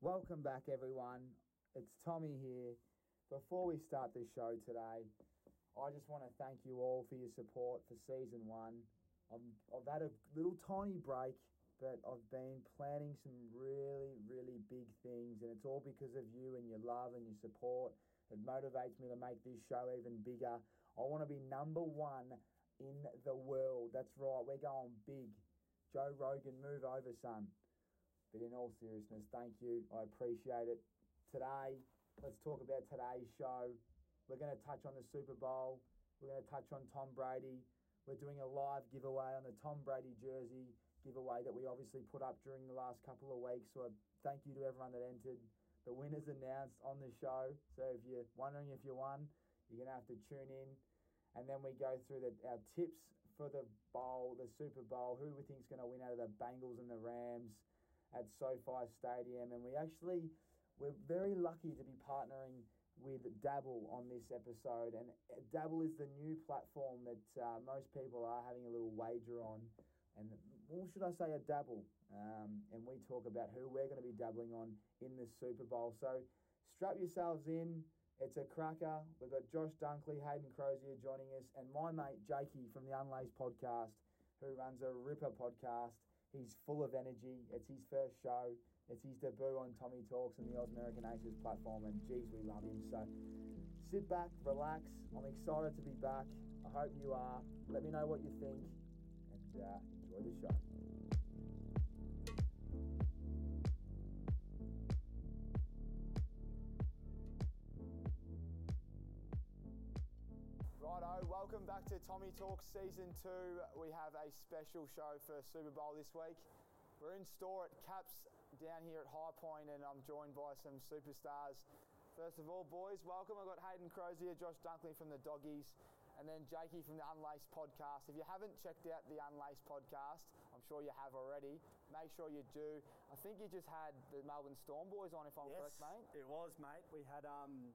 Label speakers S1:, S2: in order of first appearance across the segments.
S1: Welcome back, everyone. It's Tommy here. Before we start this show today, I just want to thank you all for your support for season one. I'm, I've had a little tiny break, but I've been planning some really, really big things, and it's all because of you and your love and your support. It motivates me to make this show even bigger. I want to be number one in the world. That's right, we're going big. Joe Rogan, move over, son. But in all seriousness, thank you. I appreciate it. Today, let's talk about today's show. We're going to touch on the Super Bowl. We're going to touch on Tom Brady. We're doing a live giveaway on the Tom Brady jersey giveaway that we obviously put up during the last couple of weeks. So, I thank you to everyone that entered. The winner's announced on the show. So, if you're wondering if you won, you're going to have to tune in. And then we go through the, our tips for the bowl, the Super Bowl, who we think's going to win out of the Bengals and the Rams at SoFi Stadium, and we actually we're very lucky to be partnering with Dabble on this episode. And Dabble is the new platform that uh, most people are having a little wager on, and or should I say a dabble? Um, and we talk about who we're going to be dabbling on in the Super Bowl. So strap yourselves in. It's a cracker. We've got Josh Dunkley, Hayden Crozier joining us, and my mate Jakey from the Unlays podcast, who runs a Ripper podcast. He's full of energy. It's his first show. It's his debut on Tommy Talks and the Oz American Aces platform, and geez, we love him. So sit back, relax. I'm excited to be back. I hope you are. Let me know what you think, and uh, enjoy the show. Righto, welcome back to Tommy Talks Season 2. We have a special show for Super Bowl this week. We're in store at Caps down here at High Point and I'm joined by some superstars. First of all, boys, welcome. I've got Hayden Crozier, Josh Dunkley from the Doggies, and then Jakey from the Unlaced podcast. If you haven't checked out the Unlaced podcast, I'm sure you have already. Make sure you do. I think you just had the Melbourne Storm boys on, if I'm
S2: Yes,
S1: correct, mate.
S2: it was, mate. We had um,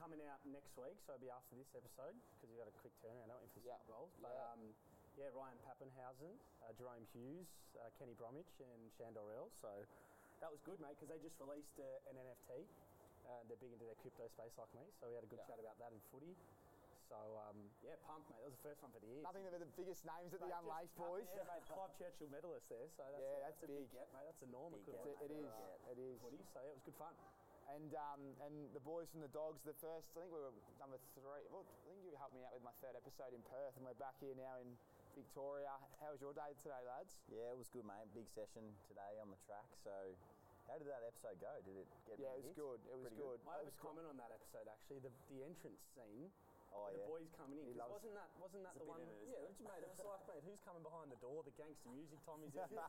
S2: coming out next week, so it'll be after this episode because you got a quick turnaround, don't you, for
S1: Yeah.
S2: Super Bowls? But
S1: Yeah.
S2: yeah, um, yeah Ryan Pappenhausen, uh, Jerome Hughes, uh, Kenny Bromwich, and Shandorell. So that was good, mate, because they just released uh, an NFT. Uh, they're big into their crypto space, like me. So we had a good
S1: Yeah.
S2: chat about that in footy. So um, yeah, pumped, mate. That was the first one for the year.
S1: Nothing that were the biggest names at the
S2: Mate, just
S1: Unlaced
S2: cut-
S1: boys.
S2: Yeah, mate, five Churchill medalists there, so that's,
S1: Yeah,
S2: a,
S1: that's
S2: a big.
S1: big.
S2: get, mate. That's a norm.
S3: Big
S2: equivalent
S1: get. It is,
S2: for, uh,
S1: it is.
S2: Footy, so yeah, it was good fun.
S1: And um, and the boys from the Dogs, the first, I think we were number three. Well, I think you helped me out with my third episode in Perth, and we're back here now in Victoria. How was your day today, lads?
S3: Yeah, it was good, mate. Big session today on the track. So, how did that episode go? Did it get?
S1: Yeah,
S3: many
S1: it was
S3: hits?
S1: good. It was
S3: Pretty
S1: good.
S2: I have a comment on that episode actually. The the entrance scene.
S3: Oh,
S2: the
S3: yeah.
S2: boys coming in. 'cause
S1: loves-
S2: wasn't that wasn't that the
S3: There's a
S2: one?
S3: bit in it, isn't
S2: yeah,
S3: there?
S2: which, mate, it was like, mate, who's coming behind the door? The gangster music, Tommy's in.
S1: Yeah.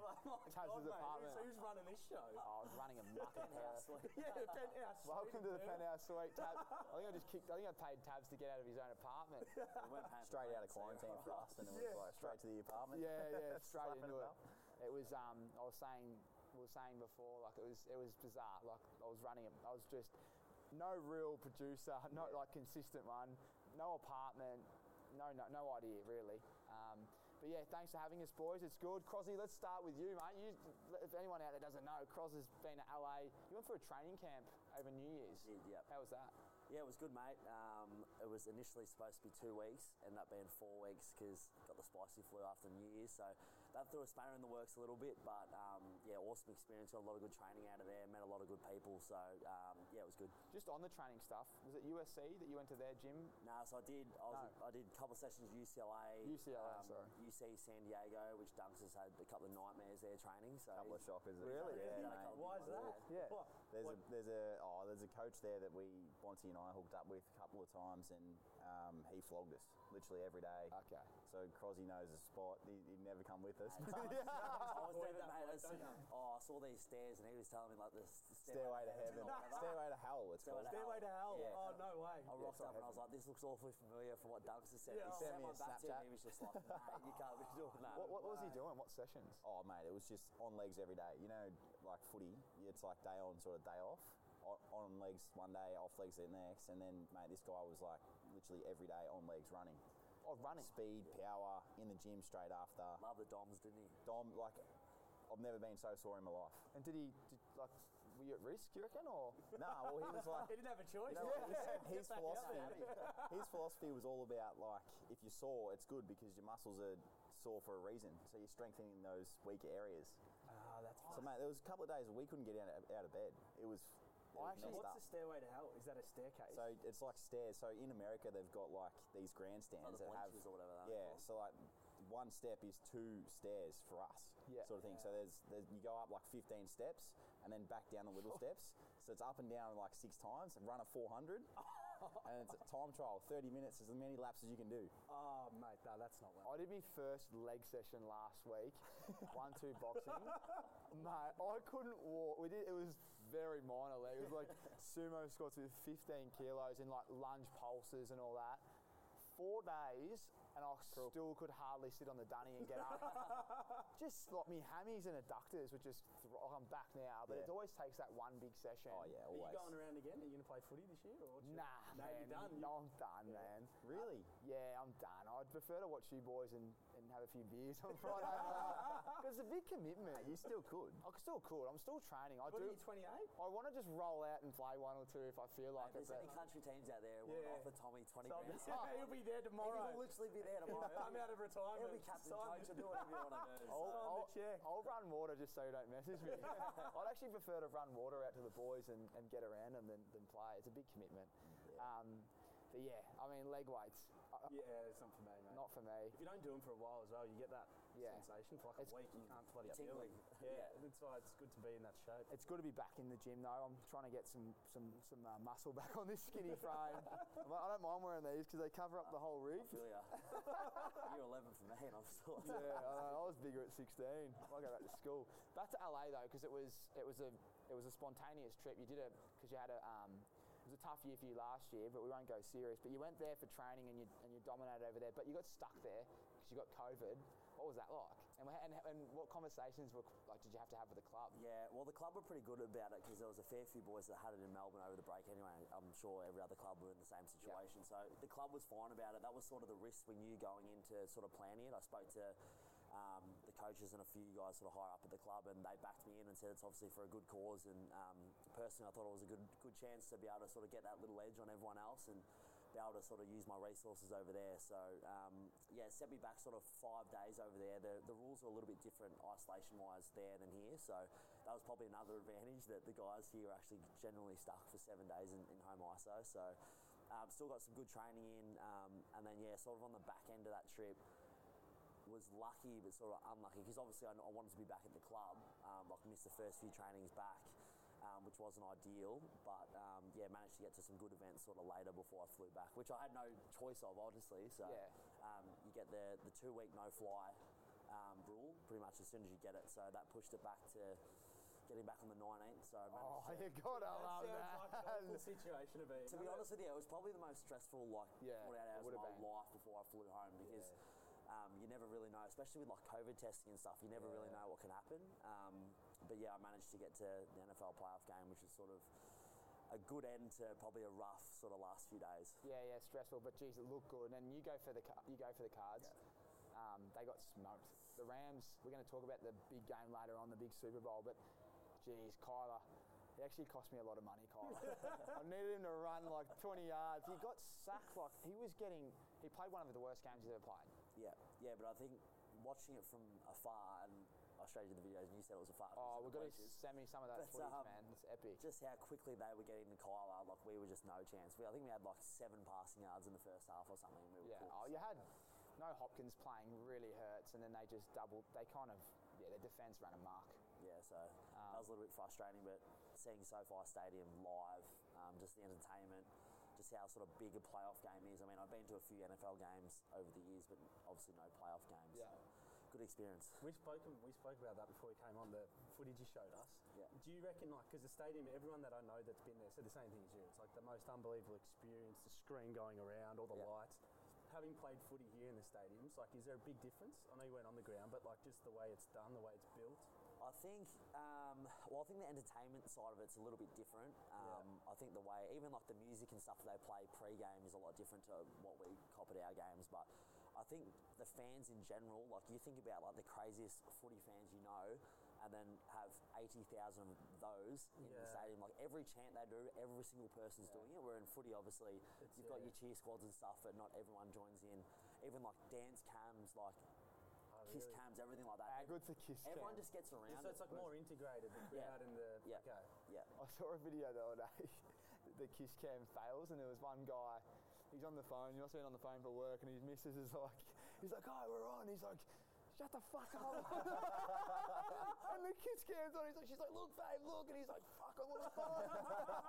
S2: Like, Oh my
S1: Taz's
S2: God, mate,
S1: apartment.
S2: who's, who's running this show?
S1: Oh, I was running a muppet house.
S2: yeah, the penthouse.
S1: Welcome to the
S2: Yeah.
S1: penthouse suite, Tab. I think I just kicked. I think I paid Tabs to get out of his own apartment.
S3: Straight out of quarantine for us, and it was like straight to the apartment.
S1: Yeah, yeah, straight
S3: Slapping
S1: into
S3: it
S1: it.
S3: up.
S1: It was. Um, I was saying, we were saying before, like it was, it was bizarre. Like I was running, it. I was just no real producer, no like consistent one, no apartment, no, no, no idea really. Um, but yeah, thanks for having us, boys. It's good. Crosby, let's start with you, mate. You, if anyone out there doesn't know, Cros has been to LA. You went for a training camp over New Year's.
S4: Did, yep.
S1: How was that?
S4: Yeah, it was good, mate. Um, it was initially supposed to be two weeks, ended up being four weeks because got the spicy flu after New Year's. So that threw a spanner in the works a little bit, but um, yeah, awesome experience. Got a lot of good training out of there, met a lot of good people. So um, yeah, it was good.
S1: Just on the training stuff, was it USC that you went to their gym?
S4: No, so I did. I, was,
S1: No.
S4: I did a couple of sessions at UCLA.
S1: UCLA, sorry.
S4: UC um, San Diego, which Dunks has had a couple of nightmares there training. So
S3: Couple of shoppers.
S1: Really?
S3: Yeah.
S4: Yeah.
S3: mate.
S4: mate.
S2: Why is that?
S1: Yeah.
S2: What?
S3: There's
S2: What-
S3: a there's a oh there's a coach there that we Bonty and I hooked up with a couple of times, and um, he flogged us literally every day.
S1: Okay.
S3: So Crosby knows the spot. He, he'd never come with us.
S4: I was
S2: Avoid
S4: doing
S2: that
S4: mate.
S2: one,
S4: I was-
S2: don't you?
S4: oh, I saw these stairs, and he was telling me like the s-
S3: Stairway to heaven. Stairway to hell. It's called.
S4: Stairway to
S2: Stairway to hell.
S3: Yeah.
S2: Oh no way.
S4: I rocked
S3: it's not
S4: up and I was like, this looks awfully familiar from what Dunks has said.
S2: Yeah.
S4: he
S2: Send
S4: sent
S3: me
S4: my
S3: a
S4: back to
S3: Snapchat.
S4: him. He was just like, mate, you can't be doing that.
S1: What, what was
S5: Uh,
S1: he doing? What sessions?
S3: Oh mate, it was just on legs every day. You know, like footy, it's like day on, sort of day off. O- On legs one day, off legs the next, and then mate, this guy was like literally every day on legs running,
S1: Oh, running.
S3: speed, power, in the gym straight after.
S4: Love the Doms, didn't he?
S3: Dom, like I've never been so sore in my life.
S5: And did he, did, like, were you at risk, you reckon?
S3: No,
S5: Or
S3: well, he was like,
S2: He didn't have a choice.
S3: you know,
S2: Get
S3: his, his
S2: back out
S3: philosophy, his philosophy was all about like, if you're sore, it's good because your muscles are sore for a reason. So you're strengthening those weaker areas.
S2: Ah, that's
S3: So mate, there was a couple of days we couldn't get out of, out of bed. It was, it was
S2: actually,
S3: messed
S2: what's
S3: up.
S2: the stairway to hell? Is that a staircase?
S3: So it's like stairs. So in America, they've got like these grandstands
S4: Like the
S3: that have,
S4: benches or whatever they're
S3: yeah.
S4: called.
S3: So like one step is two stairs for us,
S5: Yeah.
S3: sort of thing. So there's, there's you go up like 15 steps and then back down the little steps. So it's up and down like six times and run a 400. and it's a time trial, 30 minutes, as many laps as you can do.
S2: oh, mate, no, that's not well.
S5: I did my first leg session last week, one two boxing. Mate, I couldn't walk. We did. It was very minor leg. It was like sumo squats with 15 kilos and like lunge pulses and all that. Four days, and I still could hardly sit on the dunny and get up. just like me hammies and adductors were just. Thr- oh, I'm back now, but it
S3: Yeah.
S5: always takes that one big session.
S3: Oh yeah,
S2: Are you
S3: always.
S2: going around again? Are you going to play footy this year? Or what's your-
S5: Nah,
S2: no,
S5: man.
S2: you're done.
S5: No, I'm done, man.
S3: Really?
S5: Yeah, I'm done. I'd prefer to watch you boys and, and have a few beers on Friday night. 'Cause it's a big commitment.
S3: You still could.
S5: I still could. I'm still training. I
S2: What are
S5: do.
S2: you, 28?
S5: I want to just roll out and play one or two if I feel like it.
S4: There's any
S5: But
S4: country teams out there will
S2: Yeah.
S4: offer Tommy 20
S2: So-
S4: grand.
S2: He'll be there tomorrow.
S4: He'll literally be there tomorrow.
S2: I'm out of retirement.
S4: He'll be captain,
S2: Sign
S4: coach,
S2: the-
S4: and do whatever you want to do.
S5: I'll,
S4: so.
S2: the
S5: I'll,
S2: check.
S5: I'll run water just so you don't message me. I'd actually prefer to run water out to the boys and, and get around them than, than play. It's a big commitment. Um, but yeah, I mean leg weights, uh,
S2: Yeah, it's not for me, mate.
S5: not for me.
S2: if you don't do them for a while as well, you get that
S5: Yeah.
S2: sensation for like
S5: It's-
S2: a week. You can't bloody do
S4: Tingling.
S2: it. Yeah, that's why it's good to be in that shape.
S5: It's good to be back in the gym though. I'm trying to get some some some uh, muscle back on this skinny frame. I'm like, I don't mind wearing these because they cover up the whole
S4: I
S5: rig.
S4: feel ya. You're 11 for me, and I'm still.
S5: Yeah, I, know. I was bigger at 16. I go back to school. Back to LA though, because it was it was a it was a spontaneous trip. You did it because you had a um, it was a tough year for you last year, but we won't go serious. But you went there for training and you and you dominated over there, but you got stuck there because you got COVID. What was that like? And, wha- and and what conversations were like? Did you have to have with the club?
S4: Yeah, well, the club were pretty good about it because there was a fair few boys that had it in Melbourne over the break anyway. I'm sure every other club were in the same situation. So the club was fine about it. That was sort of the risk we knew going into sort of planning it. I spoke to um, the coaches and a few guys sort of higher up at the club, and they backed me in and said it's obviously for a good cause. And um, personally, I thought it was a good good chance to be able to sort of get that little edge on everyone else and be able to sort of use my resources over there. So um, yeah, it set me back sort of five days over there. The, the rules are a little bit different isolation wise there than here. So that was probably another advantage that the guys here are actually generally stuck for seven days in, in home ISO. So um, still got some good training in. Um, and then yeah, sort of on the back end of that trip, was lucky but sort of unlucky because obviously I, kn- I wanted to be back at the club. Um, like missed the first few trainings back, um, which wasn't ideal. But um, yeah, managed to get to some good events sort of later before I flew back, which I had no choice of honestly. So
S5: Yeah.
S4: um, you get the the two week no fly um, rule pretty much as soon as you get it. So that pushed it back to getting back on the 19th. So I managed
S5: Oh,
S4: to
S5: you gotta
S2: sounds
S5: love
S2: like an
S5: that.
S2: awful situation to be in.
S4: to be honest with you, it was probably the most stressful like
S5: Yeah,
S4: 48
S5: it
S4: hours of
S5: would've
S4: my
S5: been.
S4: life before I flew home because um, you never really know, especially with like COVID testing and stuff. You never really know what can happen. Um, but yeah, I managed to get to the NFL playoff game, which is sort of a good end to probably a rough sort of last few days.
S5: Yeah, yeah, stressful, but geez, it looked good. And you go for the ca- you go for the cards. Um, they got smoked. The Rams. We're going to talk about the big game later on, the big Super Bowl. But geez, Kyler, he actually cost me a lot of money. Kyler, I needed him to run like 20 yards. He got sacked like he was getting. He played one of the worst games he's ever played.
S4: Yeah, yeah, but I think watching it from afar, and I showed you the videos, and you said it was afar. it
S5: Oh,
S4: was in the
S5: we've got to
S4: bleachers.
S5: send me some of that
S4: That's,
S5: footage,
S4: um,
S5: man. It's epic.
S4: just how quickly they were getting to Kyler, like we were just no chance. We, I think we had like seven passing yards in the first half or something. We were
S5: Yeah.
S4: cooked.
S5: Oh, you had no Hopkins playing really hurts, and then they just doubled. They kind of yeah, their defense ran a mark.
S4: Yeah, so that was a little bit frustrating, but seeing SoFi Stadium live, um, just the entertainment, just how sort of big a playoff game is. I mean, I've been to a few NFL games over the years, but obviously no playoff games.
S5: Yeah.
S4: So good experience.
S2: We spoke, we spoke about that before we came on, the footage you showed us.
S4: Yeah.
S2: Do you reckon, like, because the stadium, everyone that I know that's been there said the same thing as you. It's like the most unbelievable experience, the screen going around, all the
S4: Yeah.
S2: lights. Having played footy here in the stadiums, like, is there a big difference? I know you weren't on the ground, but, like, just the way it's done, the way it's built.
S4: I think, um, well, I think the entertainment side of it's a little bit different. Um, I think the way, even like the music and stuff that they play pre-game is a lot different to what we cop at our games. But I think the fans in general, like you think about like the craziest footy fans you know, and then have 80,000 of those in the
S2: Yeah.
S4: stadium. Like every chant they do, every single person's doing it. Where in footy, obviously, you've got
S2: yeah.
S4: your cheer squads and stuff, but not everyone joins in. Even like dance cams, like kiss
S2: Oh, really?
S4: cams, everything like that.
S5: Ah,
S4: Ev-
S5: good to kiss
S4: everyone
S5: cam.
S4: just gets around.
S2: So it's
S4: it.
S2: like more integrated, the
S4: Yeah.
S2: crowd and the.
S4: Yeah.
S2: Okay.
S4: Yeah.
S5: I saw a video the other day. the kiss cam fails, and there was one guy. He's on the phone. He must have been on the phone for work, and his missus is like, he's like, "Oh, we're on." He's like, "Shut the fuck up!" and the kiss cam's on. He's like, "She's like, look, babe, look," and he's like, "Fuck, I'm on the phone."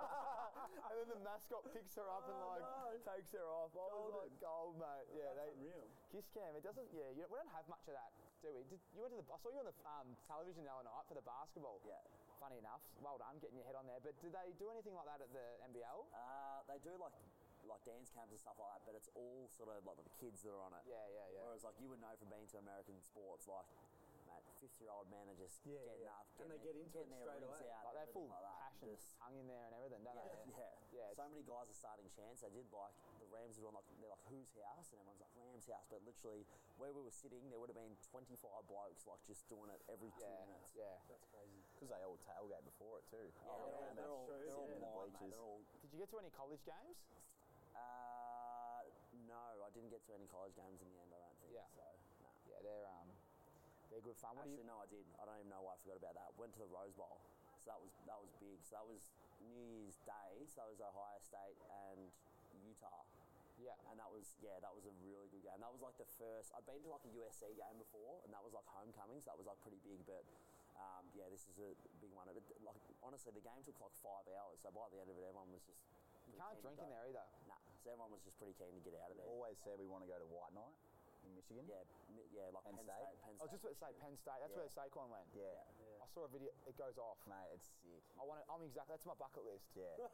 S5: and then the mascot picks her up and
S2: Oh,
S5: like
S2: no.
S5: takes her off. I was
S2: Golden.
S5: like, "Gold, mate." Yeah,
S2: That's
S5: they
S2: unreal.
S5: kiss cam. It doesn't. Yeah, you, we don't have much of that, do we? Did, you went to the. I saw you on the um, television the other night for the basketball.
S4: Yeah.
S5: Funny enough, well done getting your head on there. But do they do anything like that at the NBL?
S4: Uh, they do like like dance camps and stuff like that, but it's all sort of like the kids that are on it.
S5: Yeah, yeah, yeah.
S4: Whereas like you would know from being to American sports, like man, fifty year old men are just
S2: Yeah,
S4: getting
S2: yeah.
S4: up,
S2: And
S4: getting
S2: they
S4: their-
S2: get into
S4: getting
S2: it
S4: their
S2: straight
S4: rings
S2: away.
S4: out,
S5: like they're
S4: everything
S5: full
S4: like that.
S5: passion,
S4: Just-
S5: hung in there and everything, don't
S4: yeah,
S5: they?
S4: yeah.
S5: Yeah,
S4: so
S5: it's-
S4: many guys are starting chants. They did like the Rams were on like they're like whose house, and everyone's like Rams house. But literally where we were sitting, there would have been twenty five blokes like just doing it every two
S5: Yeah,
S4: minutes.
S5: yeah.
S2: That's crazy.
S3: Because they all tailgate before it too. Oh,
S4: Yeah, they're, all,
S2: yeah, that's
S4: they're all,
S2: true,
S4: they're all
S2: yeah.
S4: blind, mate.
S3: Bleachers.
S4: They're all
S5: Did you get to any college games?
S4: Uh, no, I didn't get to any college games in the end. I don't think.
S5: Yeah.
S4: So, no.
S5: Yeah, they're um, they're good fun. What do you?
S4: Actually, no, I did. I don't even know why I forgot about that. Went to the Rose Bowl, so that was that was big. So that was New Year's Day. So that was Ohio State and Utah,
S5: Yeah,
S4: and that was yeah, that was a really good game. That was like the first. I'd been to like a USC game before, and that was like homecoming. So that was like pretty big, but. Um, yeah, this is a big one. But like, honestly, the game took like five hours. So by the end of it, everyone was just
S5: you can't drink in there either.
S4: Nah, so everyone was just pretty keen to get out of there.
S3: Always said we want to go to White Night in Michigan.
S4: Yeah, mi- yeah, like
S3: Penn
S4: Penn,
S3: State?
S4: State. Penn
S5: I was
S4: State.
S5: just about to say Penn State. That's where Saquon went.
S3: Yeah.
S5: I saw a video. It goes off.
S3: Mate, it's sick.
S5: I want. to I'm exactly. That's my bucket list.
S3: Yeah.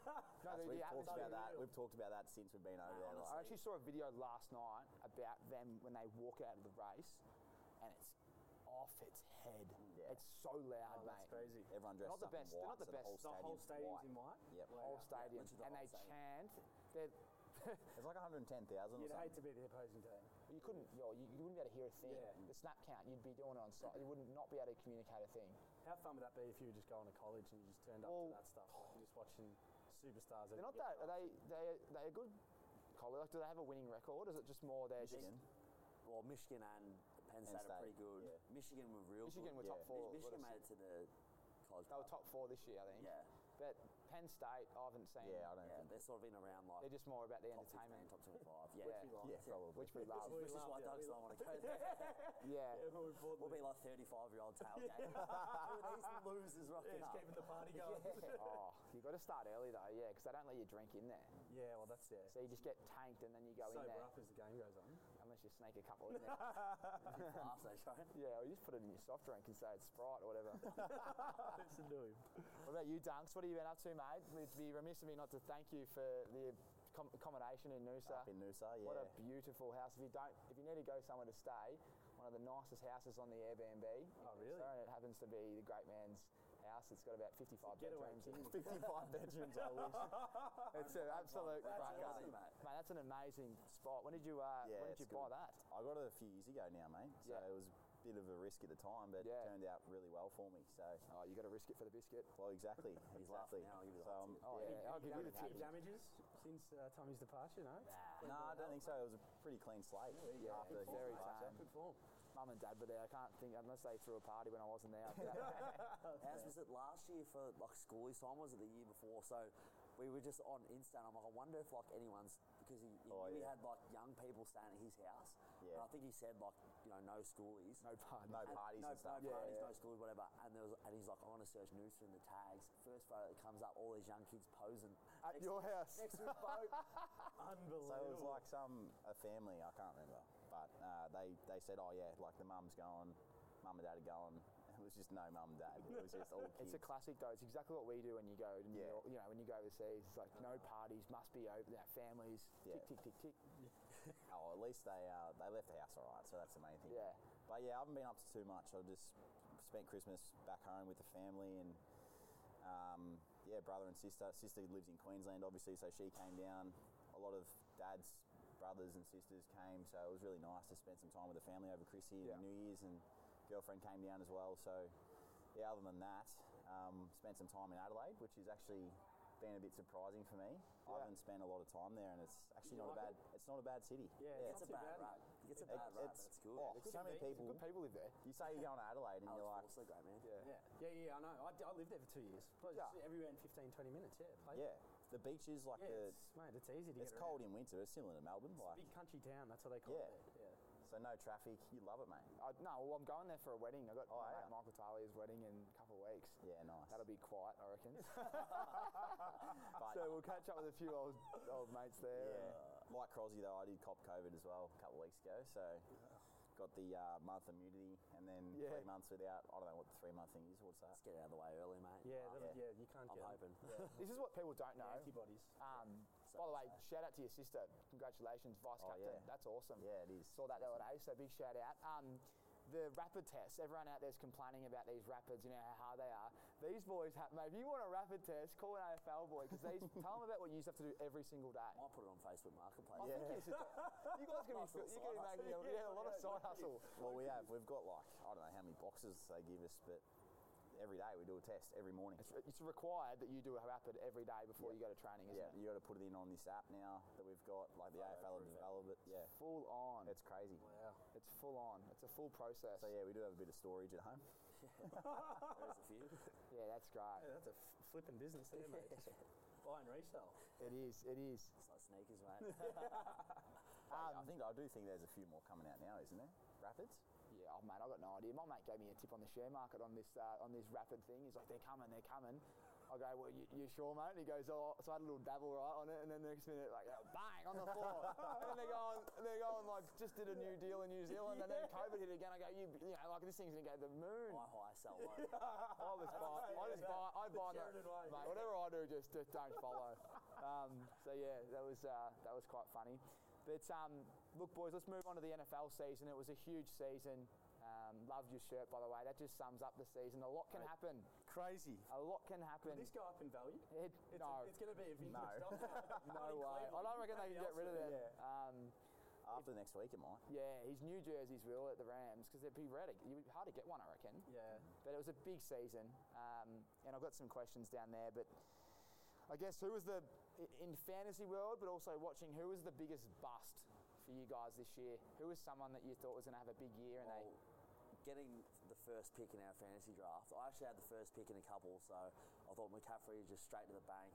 S3: So
S5: No, the,
S3: we've
S5: the
S3: talked
S5: atmosphere-
S3: about that. We've talked about that since we've been over there.
S5: I
S3: Like,
S5: actually saw a video last night about them when they walk out of the race, and it's off its head.
S3: Yeah.
S5: It's so loud,
S2: Oh,
S5: mate.
S2: that's crazy.
S3: everyone dressed
S5: Not the
S3: up
S5: best.
S3: in
S5: They're
S3: white.
S5: not the
S3: so
S5: best.
S2: The whole stadium's
S3: white.
S2: in white.
S3: Yep.
S2: Wow.
S5: Whole stadium,
S4: literally the whole
S5: and they
S4: stadium.
S5: chant. They're,
S3: It's like 110,000 or
S2: You'd
S3: something.
S2: hate to be the opposing team.
S5: you couldn't, yo, you, you wouldn't be able to hear a thing.
S2: Yeah.
S5: The snap count, you'd be doing it on site. You would not be able to communicate a thing.
S2: How fun would that be if you were just going to college and you just turned up
S5: Well-
S2: to that stuff? Like you're just watching superstars.
S5: They're not that. Are they? They? They a good college. Like, do they have a winning record? Is it just more they're just
S3: Michigan.
S4: well, Michigan and Penn State,
S3: State,
S4: are pretty good.
S3: yeah.
S4: Michigan were real
S5: Michigan were
S4: good.
S5: top
S3: Yeah.
S5: four?
S4: Mi- Michigan
S5: what
S4: made
S5: is
S4: it to
S5: it?
S4: the college.
S5: They were top four this year, I think.
S4: Yeah,
S5: But Penn State, I haven't seen.
S3: Yeah, I don't
S4: yeah,
S3: think.
S4: they're sort of in around like
S5: They're just more about the
S4: top
S5: entertainment,
S4: 16, top twenty-five. Yeah,
S5: Yeah.
S4: Which
S3: Yeah, probably.
S5: which we love.
S2: We
S4: is
S2: love
S4: why
S2: that.
S4: Doug's
S2: We
S4: not want to go there.
S5: Yeah.
S2: Everyone would board
S4: We'll be
S2: them.
S4: like thirty-five-year-old tailgate. Who are These losers rocking
S2: Yeah, it's
S4: up.
S2: keeping the party going.
S5: oh, you got to start early though, yeah, because they don't let you drink in there.
S2: Yeah, well, that's it.
S5: So you just get tanked and then you go
S2: So
S5: in there,
S2: rough as the game goes on.
S5: unless you sneak a couple in there.
S4: Last they show.
S5: yeah, or you just put it in your soft drink and say it's Sprite or whatever. what
S2: Listen to him.
S5: about you, Dunks? What have you been up to, mate? It'd be remiss of me not to thank you for the com- accommodation in Noosa.
S3: Up in Noosa, yeah.
S5: What a beautiful house. If you don't, if you need to go somewhere to stay, one of the nicest houses on the Airbnb.
S2: Oh, really?
S5: So it happens to be the great man's house. It's got about 55
S2: Getaway
S5: bedrooms.
S2: king.
S5: 55 bedrooms, I wish. It's an absolute
S4: That's
S5: cracker.
S4: awesome, mate.
S5: Mate, that's an amazing spot. When did you uh,
S3: Yeah,
S5: when
S3: it's
S5: did you buy
S3: good.
S5: that?
S3: I got it a few years ago now, mate. So
S5: Yeah.
S3: it was a bit of a risk at the time, but
S5: Yeah.
S3: it turned out really well for me. So,
S5: Oh, you got to risk it for the biscuit.
S3: well, exactly.
S4: He's
S3: exactly.
S4: laughing now, I'll give you the
S3: so,
S4: hot
S3: um,
S4: tip.
S5: Oh,
S3: yeah.
S5: yeah, I'll give you the tip.
S2: damages since uh, Tommy's departure, no?
S3: No, I don't think so. It was a pretty clean slate
S5: Yeah,
S3: after
S5: it's very
S3: his departure.
S5: tame.
S2: Good form.
S5: Mum and dad were there. I can't think, unless they threw a party when I wasn't there. But-
S4: As was it last year for like schoolies time? Was it the year before? So we were just on Insta, and I'm like, I wonder if like anyone's because he, he
S3: Oh,
S4: knew he
S3: yeah.
S4: had like young people staying at his house.
S3: Yeah.
S4: And I think he said like you know no schoolies.
S5: no party.
S3: No
S4: And
S3: parties
S4: no,
S3: and stuff.
S4: No
S5: Yeah,
S4: parties,
S5: yeah.
S4: no schoolies, whatever. And there was, and he's like, I want to search news in the tags. First photo that comes up, all these young kids posing
S5: At your house.
S4: Next to his boat.
S2: Unbelievable.
S3: So it was like some a family I can't remember, but uh, they they said, oh yeah, like the mum's going, mum and dad are going. It was just no mum and dad. It was just all kids.
S5: It's a classic though. It's exactly what we do when you go to New
S3: Yeah.
S5: York. You know, when you go overseas, it's like no parties, must be open. You know, families,
S3: Yeah.
S5: tick tick tick tick.
S3: oh, at least they uh, they left the house all right, so that's the main thing.
S5: Yeah.
S3: But yeah, I haven't been up to too much. I've just spent Christmas back home with the family and um, yeah, brother and sister. Sister lives in Queensland, obviously, so she came down. A lot of dad's brothers and sisters came, so it was really nice to spend some time with the family over Chrissy and
S5: Yeah.
S3: New Year's. And girlfriend came down as well, so yeah, other than that, um, spent some time in Adelaide, which has actually been a bit surprising for me. I haven't spent a lot of time there, and it's actually
S2: you
S3: not a
S2: like
S3: bad. It's not a bad city.
S2: Yeah,
S4: It's
S2: Not
S4: a
S2: too
S4: bad
S2: bad,
S4: rap. It's a
S3: It-
S4: bad rap.
S3: it's
S4: It's good.
S3: Oh,
S5: Good
S3: so many
S2: event.
S3: people.
S5: Good people live there.
S3: You say you're going to Adelaide, and you're like,
S4: Alex Forster, great man.
S2: Yeah, yeah, yeah. I know. I, d- I lived there for two years. Bloody
S5: Yeah.
S2: shit, Everywhere in 15, 20 minutes. Yeah. Like,
S3: yeah, the beaches, like
S2: Yeah.
S3: the.
S2: it's, mate, it's easy to
S3: It's
S2: get.
S3: cold in winter. It's similar to Melbourne,
S2: Around.
S3: like
S2: Big country town. That's what they call
S3: Yeah.
S2: it. Yeah.
S3: so no traffic. You love it, mate.
S5: I, no, well, I'm going there for a wedding. I got
S3: Oh,
S5: my
S3: yeah.
S5: mate Michael Talia's wedding in a couple of weeks.
S3: Yeah, nice.
S5: That'll be quiet, I reckon.
S3: But-
S5: so we'll catch up with a few old old mates there.
S3: Yeah.
S5: and-
S3: uh, like Crosby though, I did cop COVID as well a couple of weeks ago, so got the uh, month immunity and then
S5: Yeah.
S3: three months without. I don't know what the three month thing is. What's that?
S4: Let's get it out of the way early, mate.
S2: Yeah,
S4: Um,
S2: that- yeah. You can't
S4: I'm
S2: get
S4: hoping.
S5: This is what people don't know.
S2: antibodies.
S5: Um, by the way, shout out to your sister. Congratulations, vice
S3: Oh,
S5: captain.
S3: yeah.
S5: That's awesome.
S3: Yeah, it is.
S5: Saw that the other day, so big shout out. Um, the rapid tests. Everyone out there's complaining about these rapids. You know how hard they are. These boys, ha- mate. If you want a rapid test, call an AFL boy because these tell them about what you used to have to do every single day.
S4: I might put it on Facebook Marketplace.
S5: I think you, should, you guys can be,
S4: Hustle,
S5: you can be
S4: side
S5: making a, yeah, a lot of side hustle.
S3: Well, we have. We've got like I don't know how many boxes they give us, but every day we do a test every morning.
S5: It's, re- it's required that you do a rapid every day before you go to training, isn't
S3: Yeah,
S5: it?
S3: you got to put it in on this app now that we've got. Like the AFL have developed it. Yeah,
S5: Full on.
S3: it's crazy.
S2: Wow.
S5: It's full on. It's a full process.
S3: So yeah, we do have a bit of storage at home.
S4: There's a few.
S5: yeah, that's great.
S2: Yeah, that's a f- flipping business, there, mate. Just buy and resell.
S5: It is. It is.
S4: It's like sneakers, mate.
S3: Um, I think I do think there's a few more coming out now, isn't there? Rapids.
S5: Yeah, oh, mate, I got no idea. My mate gave me a tip on the share market on this uh, on this rapid thing. He's like, they're coming, they're coming. I go, well, you, you sure, mate? And he goes, oh, so I had a little dabble right on it, and then next minute, like, oh, bang on the floor, and they're going, they're going like, just did a new deal in New Zealand, and then COVID hit again. I go, you, you know, like this thing's gonna go to the moon.
S4: Buy high, sell low.
S5: I was buy, I just buy, I buy no,
S2: Sheridan way.
S5: mate, whatever I do, just, just don't follow. um, so yeah, that was uh, that was quite funny. But um, look, boys, let's move on to the NFL season. It was a huge season. Um, loved your shirt, by the way. That just sums up the season. A lot can happen.
S2: Crazy.
S5: A lot can happen.
S2: This go up in value.
S5: It-
S2: It's,
S5: no,
S2: it's going to be a vintage
S3: No.
S2: stock now. Not in
S5: no way. I
S2: Cleveland.
S5: don't reckon they can get rid of
S2: Elsewhere.
S5: that. Um,
S3: After next week, it might.
S5: yeah, his new jerseys will at the Rams because they'd be rare. to- You'd be hard to get one, I reckon.
S2: Yeah.
S5: But it was a big season, um, and I've got some questions down there. But I guess who was the i- in fantasy world, but also watching who was the biggest bust for you guys this year? Who was someone that you thought was going to have a big year and
S4: Well, getting the first pick in our fantasy draft, I actually had the first pick in a couple, so I thought McCaffrey just straight to the bank.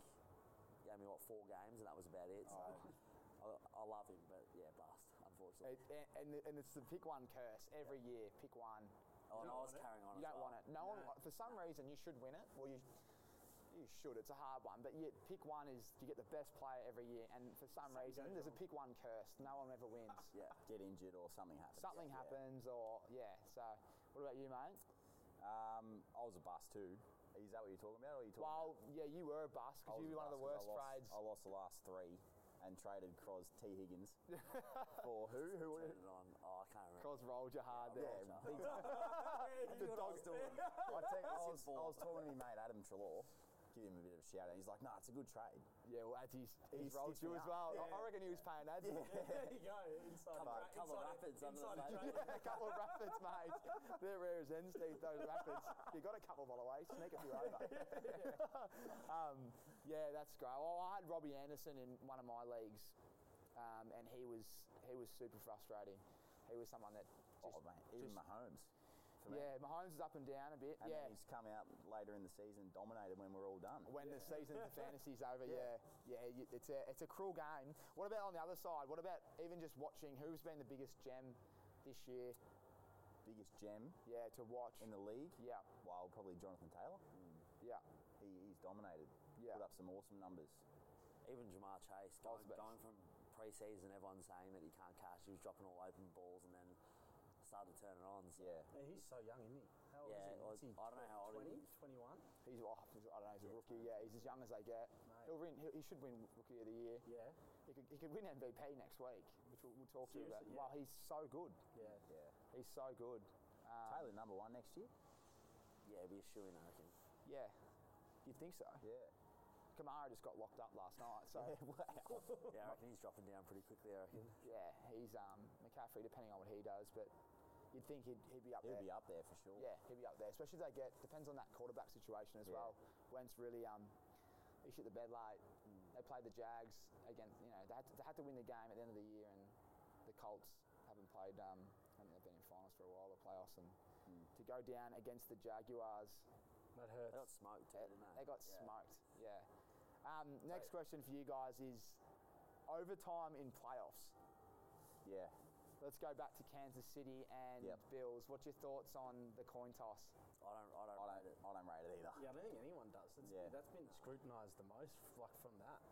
S4: Gave me what four games, and that was about it. So I, I love him, but yeah, bust
S5: they
S4: unfortunately.
S5: it, and- and and it's the pick one curse every year. Pick one.
S4: oh,
S2: don't
S4: no, I
S2: want
S4: was
S2: it.
S4: carrying on.
S5: You
S4: as
S5: don't
S4: well.
S5: want it. No, one for some reason you should win it. Well, you you should. It's a hard one, but you pick one is you get the best player every year, and for some
S2: Something
S5: reason
S2: goes
S5: there's a
S2: wrong.
S5: pick one curse. No one ever wins.
S4: Yeah,
S3: Get injured or something happens.
S5: Something
S3: Yeah.
S5: happens, or yeah. So, what about you, mate?
S3: Um, I was a bust too. Is that what you're talking about? Or are you talking
S5: Well, yeah, you were a bust
S3: I
S5: because you
S3: was a
S5: were one of the
S3: bust
S5: worst
S3: 'cause I lost,
S5: trades.
S3: I lost the last three and traded Cros T Higgins for who? Who? would
S4: turn
S3: it-
S4: it on. Oh, I can't remember.
S5: Cos rolled you hard
S3: Yeah,
S5: there.
S3: big time.
S4: the dog's doing.
S3: I, tell you, I, was, I was talking to my mate Adam Trelaw, give him a bit of a shout out. He's like, "No, it's a good trade."
S5: Yeah, well, Ads, he's, he's
S3: He's
S5: rolled you
S3: stiffing up.
S5: as well. I- I
S2: Yeah.
S5: reckon he was paying Ads.
S2: there you go. Inside
S4: Couple-
S2: tra-
S4: couple
S2: inside
S4: rapids under the
S2: inside
S4: table.
S2: trade.
S5: a couple of rapids, mate. They're rare as ends, Steve, those rapids. You got a couple, by the way. Sneak a few over. um, yeah, that's great. Well, I had Robbie Anderson in one of my leagues, um, and he was he was super frustrating. He was someone that just,
S3: oh man, even
S5: just-
S3: Mahomes. For me.
S5: yeah, Mahomes is up and down a bit.
S3: And
S5: yeah,
S3: then he's come out later in the season, dominated when we're all done.
S5: when the season for fantasy's over. Yeah,
S3: Yeah.
S5: yeah, you, it's a it's a cruel game. What about on the other side? What about even just watching who's been the biggest gem this year?
S3: Biggest gem
S5: Yeah, to watch.
S3: in the league.
S5: yeah,
S3: Well, probably Jonathan Taylor.
S5: yeah,
S3: He, he's dominated.
S5: Yeah.
S3: Put up some awesome numbers.
S4: Even Jamar Chase
S5: I was
S4: going,
S5: about to-
S4: going from preseason, everyone's saying that he can't catch. He was dropping all open balls, and then started to turn it on. So
S3: Yeah.
S2: Yeah, he's so young, isn't he? How old
S4: Yeah,
S2: Oh, is he? What's he?
S4: I don't know how old he
S2: 20,
S4: is.
S2: 21?
S5: he's oh, he's- I don't know, he's a rookie. Yeah, he's as young as they get.
S2: Mate.
S5: He'll win. He, he should win rookie of the year.
S2: Yeah.
S5: He could, he could win MVP next week, which we'll, we'll talk to you about.
S2: Seriously, yeah.
S5: Wow, he's so good.
S2: Yeah.
S3: Yeah.
S5: He's so good. Um,
S3: Taylor number one next year.
S4: yeah, it'd be a shoe in, I reckon.
S5: yeah, you'd think so.
S3: Yeah.
S5: Kamara just got locked up last night, so.
S3: wow.
S4: Yeah, I reckon he's dropping down pretty quickly. I reckon.
S5: Yeah, he's um, McCaffrey, depending on what he does. But you'd think he'd, he'd be up
S3: He'll
S5: there.
S3: be up there for sure.
S5: Yeah, he'll be up there. Especially if they get depends on that quarterback situation as
S3: Yeah.
S5: well. Wentz really um, he shit the bed late. They played the Jags against you know they had, to, they had to win the game at the end of the year, and the Colts haven't played. Um, I think they've been in finals for a while, the playoffs, and to go down against the Jaguars,
S2: That hurts.
S4: They got smoked, too, didn't they?
S5: they got
S4: Yeah.
S5: smoked. Yeah. Um, next question for you guys is overtime in playoffs.
S3: Yeah.
S5: Let's go back to Kansas City and
S3: Yep.
S5: Bills. What's your thoughts on the coin toss?
S4: I don't, I don't
S3: I
S4: rate
S3: don't,
S4: it.
S3: I don't rate it either.
S2: Yeah, I don't think anyone does. That's,
S3: Yeah.
S2: that's been scrutinised the most, like from that.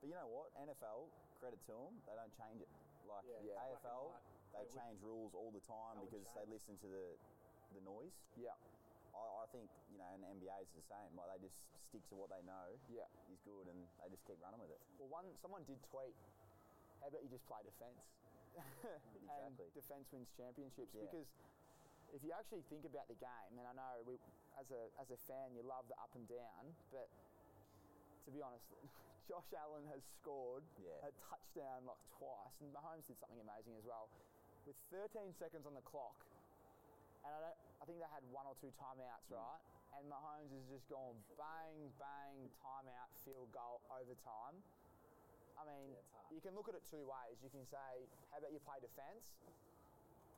S3: But you know what? NFL, credit to them, they don't change it. Like
S2: Yeah, Yeah. black and
S3: AFL,
S2: white.
S3: they
S2: They would-
S3: change rules all the time
S2: They would
S3: because they
S2: change.
S3: listen to the the noise.
S5: Yeah.
S3: I, I think you know, and NBA is the same. Like they just stick to what they know
S5: Yeah.
S3: is good, and they just keep running with it.
S5: Well, one someone did tweet, "How about you just play defence?" and
S3: Exactly.
S5: defence wins championships
S3: Yeah.
S5: because if you actually think about the game, and I know we, as a as a fan, you love the up and down, but to be honest, Josh Allen has scored
S3: Yeah.
S5: a touchdown like twice, and Mahomes did something amazing as well. With 13 seconds on the clock, and I, don't, I think they had one or two timeouts,
S3: Mm.
S5: right? And Mahomes has just gone bang, bang, timeout, field goal, overtime. I mean,
S2: it's hard.
S5: you can look at it two ways. You can say, how about you play defence,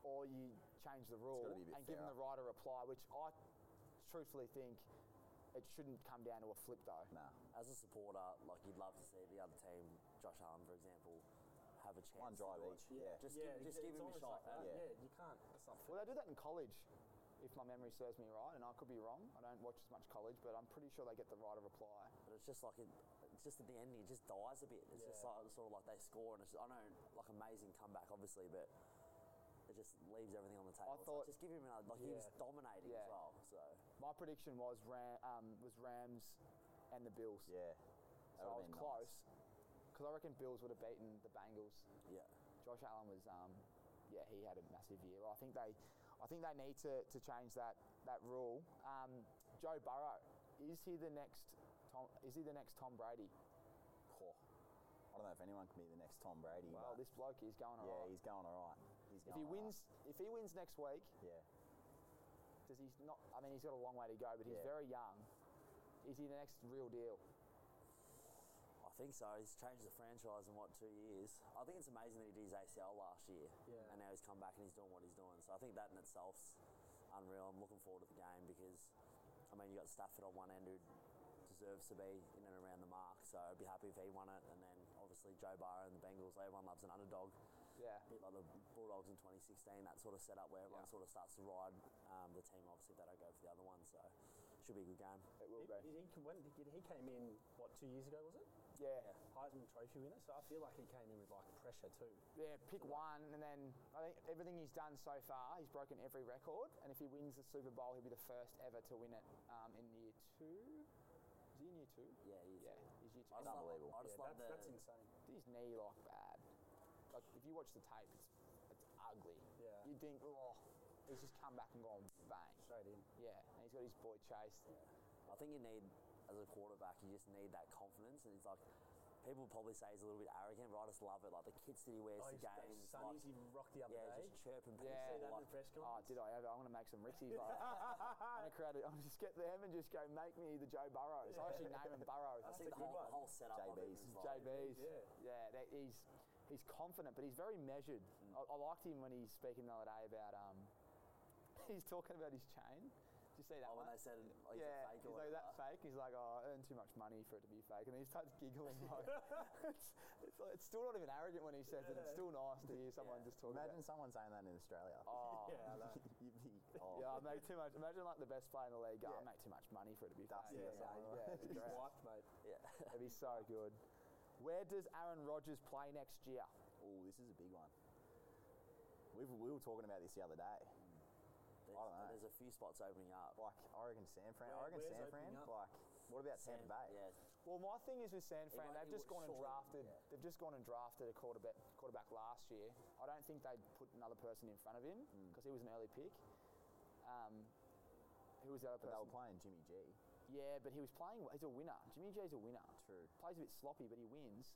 S5: or you change the rule
S3: gotta be a bit
S5: and give them
S3: fairer.
S5: the right to reply, which I truthfully think it shouldn't come down to a flip, though.
S3: Nah,
S4: As a supporter, like you'd love to see the other team, Josh Allen, for example, have a chance.
S3: one
S4: to
S3: drive
S4: do it.
S3: each. Yeah.
S4: Just
S2: yeah,
S4: give, just
S2: it's-
S4: give
S2: it's
S4: him a
S2: almost
S4: shot.
S2: Like that.
S4: eh?
S2: Yeah.
S3: Yeah.
S2: you can't. That's not
S5: Well,
S2: fair.
S5: they do that in college, if my memory serves me right, and I could be wrong. I don't watch as much college, but I'm pretty sure they get the right of reply.
S4: But it's just like it, it's just at the ending, it just dies a bit. It's just
S2: Yeah.
S4: like sort of like they score, and it's, I know like amazing comeback, obviously, but it just leaves everything on the table. It's like,
S5: thought-
S4: just give him another. Like he was
S2: Yeah.
S4: dominating
S5: Yeah.
S4: as well. So
S5: My prediction was Ram, um, was Rams and the Bills.
S3: yeah.
S5: so
S3: That
S5: I
S3: would've
S5: was
S3: been
S5: close
S3: nice.
S5: because I reckon Bills would have beaten the Bengals.
S4: yeah,
S5: Josh Allen was, um, yeah, he had a massive year. I think they, I think they need to, to change that that rule. Um, Joe Burrow, is he the next Tom? Is he the next Tom Brady?
S3: Poor. I don't know if anyone can be the next Tom Brady.
S5: Well,
S3: but
S5: this bloke is going
S3: yeah,
S5: alright.
S3: he's going all right. He's
S5: If
S3: going
S5: he
S3: all right.
S5: wins, if he wins next week,
S3: yeah,
S5: does he's not? I mean, he's got a long way to go, but he's
S3: Yeah.
S5: very young. Is he the next real deal?
S4: I think so. He's changed the franchise in what two years. I think it's amazing that he did his ACL last year,
S2: Yeah.
S4: and now he's come back and he's doing what he's doing. So I think that in itself's unreal. I'm looking forward to the game because I mean you got Stafford on one end who deserves to be in and around the mark. So I'd be happy if he won it, and then obviously Joe Burrow and the Bengals. Everyone loves an underdog.
S5: Yeah.
S4: bit like the Bulldogs in 2016, that sort of setup where everyone
S5: Yeah.
S4: sort of starts to ride um, the team. Obviously, if they don't go for the other one, so should be a good game.
S5: It will
S2: He,
S5: be.
S2: he, he- when he he came in, what two years ago was it?
S5: Yeah.
S2: Heisman Trophy winner. So I feel like he came in with like pressure too.
S5: Yeah, pick one, and then I think everything he's done so far, he's broken every record. And if he wins the Super Bowl, he'll be the first ever to win it um, in year two. Is he in year two?
S4: Yeah, he's
S5: Yeah, he's year two.
S4: I
S5: And
S4: just love-
S3: Unbelievable.
S4: I just
S2: Yeah,
S4: love
S2: that's, that's
S4: the.
S2: insane.
S5: His knee like bad. Like if you watch the tape, it's, it's ugly.
S2: Yeah.
S5: You'd think, oh, he's just come back and gone bang.
S2: Straight in.
S5: Yeah, and he's got his boy chased.
S4: I think you need, as a quarterback, you just need that confidence, and it's like. People probably say he's a little bit arrogant, but I just love it. Like the kits that he wears
S2: Oh,
S4: to
S2: he's, those
S4: games,
S2: sunnies
S4: like,
S2: he rocked the other
S4: yeah,
S2: day.
S4: just chirping people.
S5: Yeah.
S2: See that in
S4: like,
S2: the press
S5: Oh,
S2: conference?
S5: did I ever? I'm going to make some Rixies. Like, I'm going to crowd it. I'll just get them and just go, make me the Joe Burrows. I actually name him Burrows.
S4: I
S2: That's a
S4: think the whole,
S2: good
S4: the whole setup of it
S3: JBs.
S4: is like,
S5: JB's.
S2: Yeah.
S5: Yeah, that he's he's confident, but he's very measured.
S2: Mm.
S5: I, I liked him when he was speaking the other day about um, he's talking about his chain. Did you see that
S4: oh, when they
S5: one?
S4: said like,
S5: yeah,
S4: he's a fake
S5: he's
S4: or
S5: like that
S4: whatever.
S5: fake. He's like, oh, I earn too much money for it to be fake, and then he starts giggling. Like, it's, it's, like, it's still not even arrogant when he says it. It's still nice to hear someone
S4: Yeah.
S5: just talking.
S3: Imagine someone saying that in Australia.
S5: about, oh,
S2: Yeah, I know.
S3: You'd be, oh,
S5: yeah, I make too much. Imagine like the best player in the league. Oh, I
S3: Yeah.
S5: make too much money for it to be
S3: Dusty
S5: fake.
S3: or something.
S5: yeah, yeah, it'd be
S2: He's
S5: great.
S2: wiped, mate.
S4: Yeah.
S5: It'd be so good. Where does Aaron Rodgers play next year?
S3: Oh, this is a big one. We've, we were talking about this the other day.
S4: There's,
S3: know.
S4: there's a few spots opening up.
S3: Like, I reckon San Fran. I
S2: Where-
S3: reckon
S2: where's
S3: San Fran.
S2: opening up?
S3: Like, what about Tampa Bay?
S4: Yeah,
S5: Well, my thing is with San Fran,
S4: might
S5: they've
S4: be
S5: just gone and
S4: short,
S5: drafted.
S4: yeah.
S5: They've just gone and drafted a quarterback quarterback last year. I don't think they'd put another person in front of him
S4: Hmm.
S5: because he was an early pick. Um, who was the other
S3: But they
S5: person?
S3: were playing Jimmy G.
S5: yeah, but he was playing. well. He's a winner. Jimmy J's a winner.
S3: True.
S5: Plays a bit sloppy,
S4: Mm.
S5: but he wins.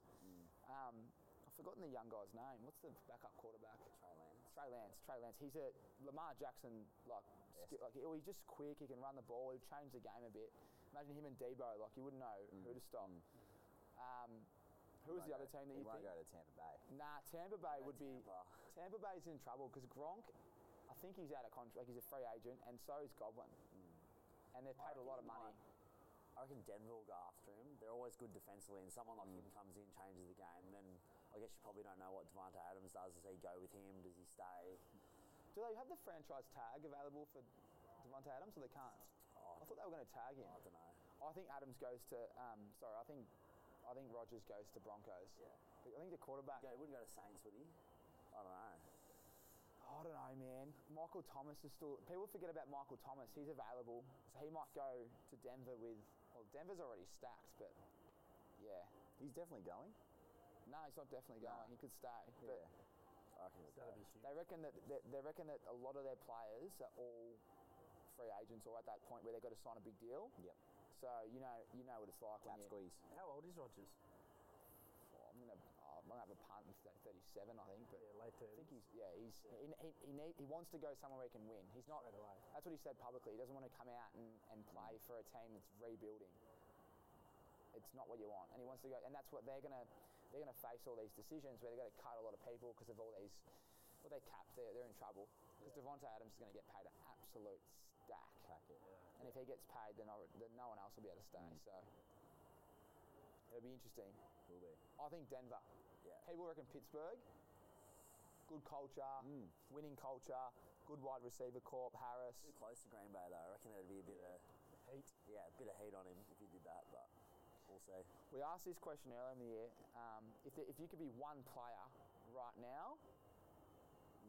S5: Um, I've forgotten the young guy's name. What's the backup quarterback?
S4: Trey Lance.
S5: Trey Lance. Trey Lance. He's a Lamar Jackson like skill, like he- he's just quick. He can run the ball. He'll change the game a bit. Imagine him and Debo. Like you wouldn't know
S4: Mm.
S5: who to stop. Um, who was the other team that
S3: he
S5: you
S3: won't
S5: think?
S3: go to Tampa Bay.
S5: Nah, Tampa Bay would be.
S4: Tampa.
S5: Tampa Bay's in trouble because Gronk, I think he's out of contract. Like he's a free agent, and so is Goblin. And they've paid a lot of
S4: Mm. reckon he
S5: money.
S4: I reckon Denver will go after him. They're always good defensively, and someone like
S5: Mm.
S4: him comes in, changes the game. Then I guess you probably don't know what Devonta Adams does. Does he go with him? Does he stay?
S5: Do they have the franchise tag available for Devontae Adams, or they can't? I thought they were going to tag him.
S4: I don't know.
S5: I think Adams goes to. Um, sorry, I think I think Rogers goes to Broncos.
S4: Yeah.
S5: But I think the quarterback.
S4: Go, he wouldn't go to Saints, would he? I don't know.
S5: I don't know, man. Michael Thomas is still. People forget about Michael Thomas. He's available, so he might go to Denver with. Well, Denver's already stacked, but yeah.
S3: He's definitely going.
S5: No, he's not definitely going. He could stay. But
S3: Yeah.
S4: I reckon he'll
S2: That'd
S4: go.
S2: be huge.
S5: they reckon that that- they reckon that a lot of their players are all free agents or at that point where they've got to sign a big deal.
S3: Yep.
S5: So you know you know what it's like
S3: Cap
S5: when you.
S3: squeeze.
S2: How old is Rogers?
S5: Oh, I'm gonna oh, I'm gonna have a punt and say 37, I think. But
S2: Yeah, late
S5: I think
S2: 30s.
S5: he's yeah he's he he, he, need, he wants to go somewhere where he can win. He's not.
S2: Straight away.
S5: That's what he said publicly. He doesn't want to come out and, and play for a team that's rebuilding. It's not what you want, and he wants to go. And that's what they're gonna they're gonna face all these decisions where they're gonna cut a lot of people because of all these. Well, they're capped. They're, they're in trouble because Devonte Adams is gonna get paid an absolute stack.
S3: Pack it.
S5: And if he gets paid, then, I, then no one else will be able to stay. So it'll be interesting.
S3: Will be.
S5: I think Denver.
S4: Yeah.
S5: People reckon Pittsburgh. Good culture, winning culture, good wide receiver corp, Harris.
S4: Too close to Green Bay though. I reckon there'd be a bit of
S2: Heat.
S4: yeah, a bit of heat on him if he did that, but we'll see.
S5: We asked this question earlier in the year. Um, if, the, if you could be one player right now,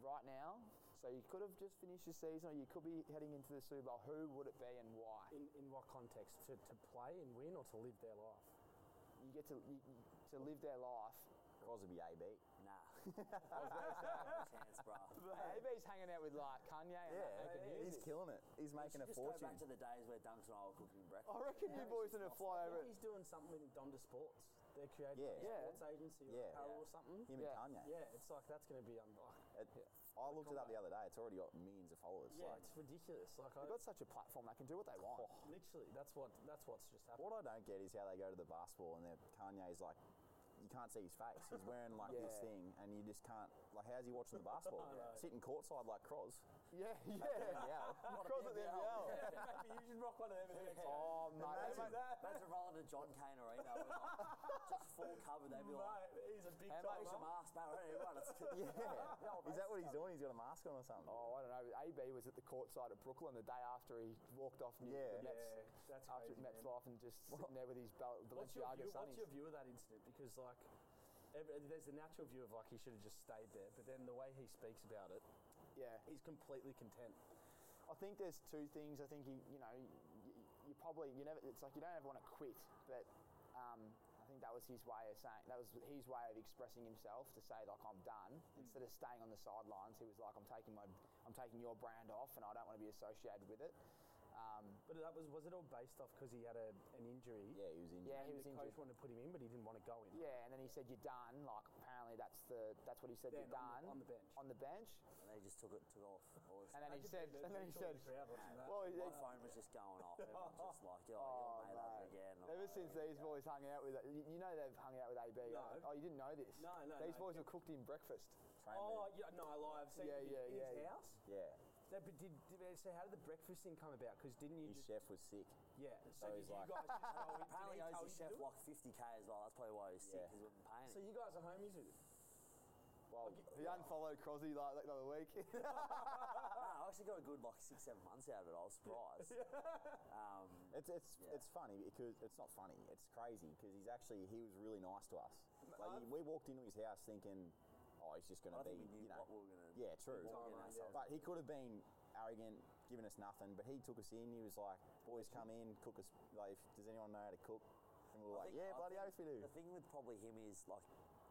S5: right now, so you could have just finished your season or you could be heading into the Super Bowl, who would it be and why?
S2: In, in what context? To, to play and win or to live their life?
S5: You get to, you, you- to live their life.
S3: Crosby AB.
S4: Nah. No chance, bro.
S5: AB's hanging out with like Kanye and that, making
S3: he's
S5: music.
S3: killing it. He's making a
S4: just go
S3: fortune.
S4: back to the days where Dunks and I were cooking breakfast.
S5: I reckon you boys are going to
S2: I
S5: fly over.
S2: think he's doing something with Dom to Sports. They're creating
S3: Yeah.
S2: a
S5: Yeah.
S2: sports agency or
S3: Yeah.
S2: apparel
S4: Yeah.
S2: or something.
S3: Him
S5: Yeah.
S3: and Kanye.
S2: Yeah, it's like that's going to be. Um, oh,
S3: It- I looked it up the other day. It's already got millions of followers.
S2: yeah,
S3: Like,
S2: it's ridiculous. Like I,
S5: They've got such a platform, they can do what they want.
S2: Oh. literally, that's what that's what's just happened.
S3: what I don't get is how they go to the basketball and then Kanye's like, you can't see his face. He's wearing like this
S5: Yeah.
S3: thing, and you just can't. Like, how's he watching the basketball?
S2: know.
S3: Sitting courtside like Cross.
S5: Yeah, yeah.
S3: Yeah.
S5: Cross at the NBL.
S2: Maybe you should rock one of them. and then-
S5: Oh, mate. they
S3: Imagine
S5: might-
S4: Imagine rolling to John Cain Arena with like, just full cover. They'd be like,
S2: Mate, he's a big
S5: And
S2: time.
S5: like
S4: "Where's your
S2: huh?
S4: mask, mate? Everyone, it's
S3: Yeah. Is that what he's doing? He's got a mask on or something.
S5: Oh, I don't know. AB was at the court side at Brooklyn the day after he walked off New
S3: Yeah.
S5: the Mets,
S2: Yeah, that's
S5: after
S2: crazy,
S5: Mets
S2: man.
S5: life and just sitting there with his Bal-
S2: What's your,
S5: Balenciaga
S2: view, what's
S5: sunnies.
S2: your view of that incident? Because like, ev- there's the natural view of like he should have just stayed there, but then the way he speaks about it,
S5: Yeah,
S2: he's completely content.
S5: I think there's two things. I think you, you know, you, you probably you never. It's like you don't ever want to quit, but um, I think that was his way of saying that was his way of expressing himself to say like I'm done instead of staying on the sidelines. He was like I'm taking my I'm taking your brand off and I don't want to be associated with it. Um,
S2: But that was was it all based off because he had a, an injury?
S3: Yeah, he was injured.
S5: yeah,
S2: and
S5: he was
S2: the
S5: injured.
S2: coach wanted to put him in, but he didn't want to go in.
S5: Yeah, and then he said you're done. Like apparently that's the that's what he said.
S2: Then
S5: you're done
S2: on the- on the bench.
S5: On the bench,
S4: And they just took it, took off. All this
S5: and then he said, and then he said,
S2: well,
S5: well, he-
S4: My phone was just going off. Everyone was just like, oh,
S5: Oh,
S4: you made that
S5: mate.
S4: again. I'm
S5: ever
S4: like,
S5: since these boys hung out with, you, you know they've hung out with AB.
S2: No.
S5: right? Oh, you didn't know this?
S2: No, no,
S5: These
S2: no.
S5: boys were cooked in breakfast.
S3: Train
S2: oh,
S3: moved.
S2: yeah, no, I lie. I've seen
S5: Yeah,
S2: him in-
S5: yeah,
S2: in his
S5: yeah, yeah.
S2: house.
S3: yeah.
S2: No, but did, did- so how did the breakfast thing come about? Because didn't you
S3: His
S2: just
S3: chef was sick.
S2: yeah? So
S3: so
S2: did
S3: he's
S2: you guys
S3: like-
S2: just throw in?
S4: Apparently,
S2: did he
S4: he
S2: tell you to
S4: owes his
S2: do
S4: chef
S2: it?
S4: like 50k as well. That's probably why he's sick.
S3: Yeah.
S4: He's been paying.
S2: So you guys are homies with him.
S5: Well, he unfollowed Crosby like that the other week.
S4: Nah, I actually got a good like six, seven months out of it. I was surprised. um,
S3: It's it's
S4: Yeah.
S3: it's funny because it's not funny. It's crazy because he's actually he was really nice to us. Like he, we walked into his house thinking, oh, he's just going
S4: uh, I
S3: to
S4: think
S3: be,
S4: we knew
S3: you know,
S4: what we were gonna.
S3: yeah, true.
S4: what we were
S2: Timeline,
S4: getting
S2: yeah.
S4: ourselves.
S3: But he could have been arrogant, giving us nothing. But he took us in. He was like, boys, come in, cook us. Like, if- does anyone know how to cook? And we were
S4: I
S3: like,
S4: think-
S3: yeah,
S4: I
S3: bloody
S4: think
S3: oath we do.
S4: The thing with probably him is like.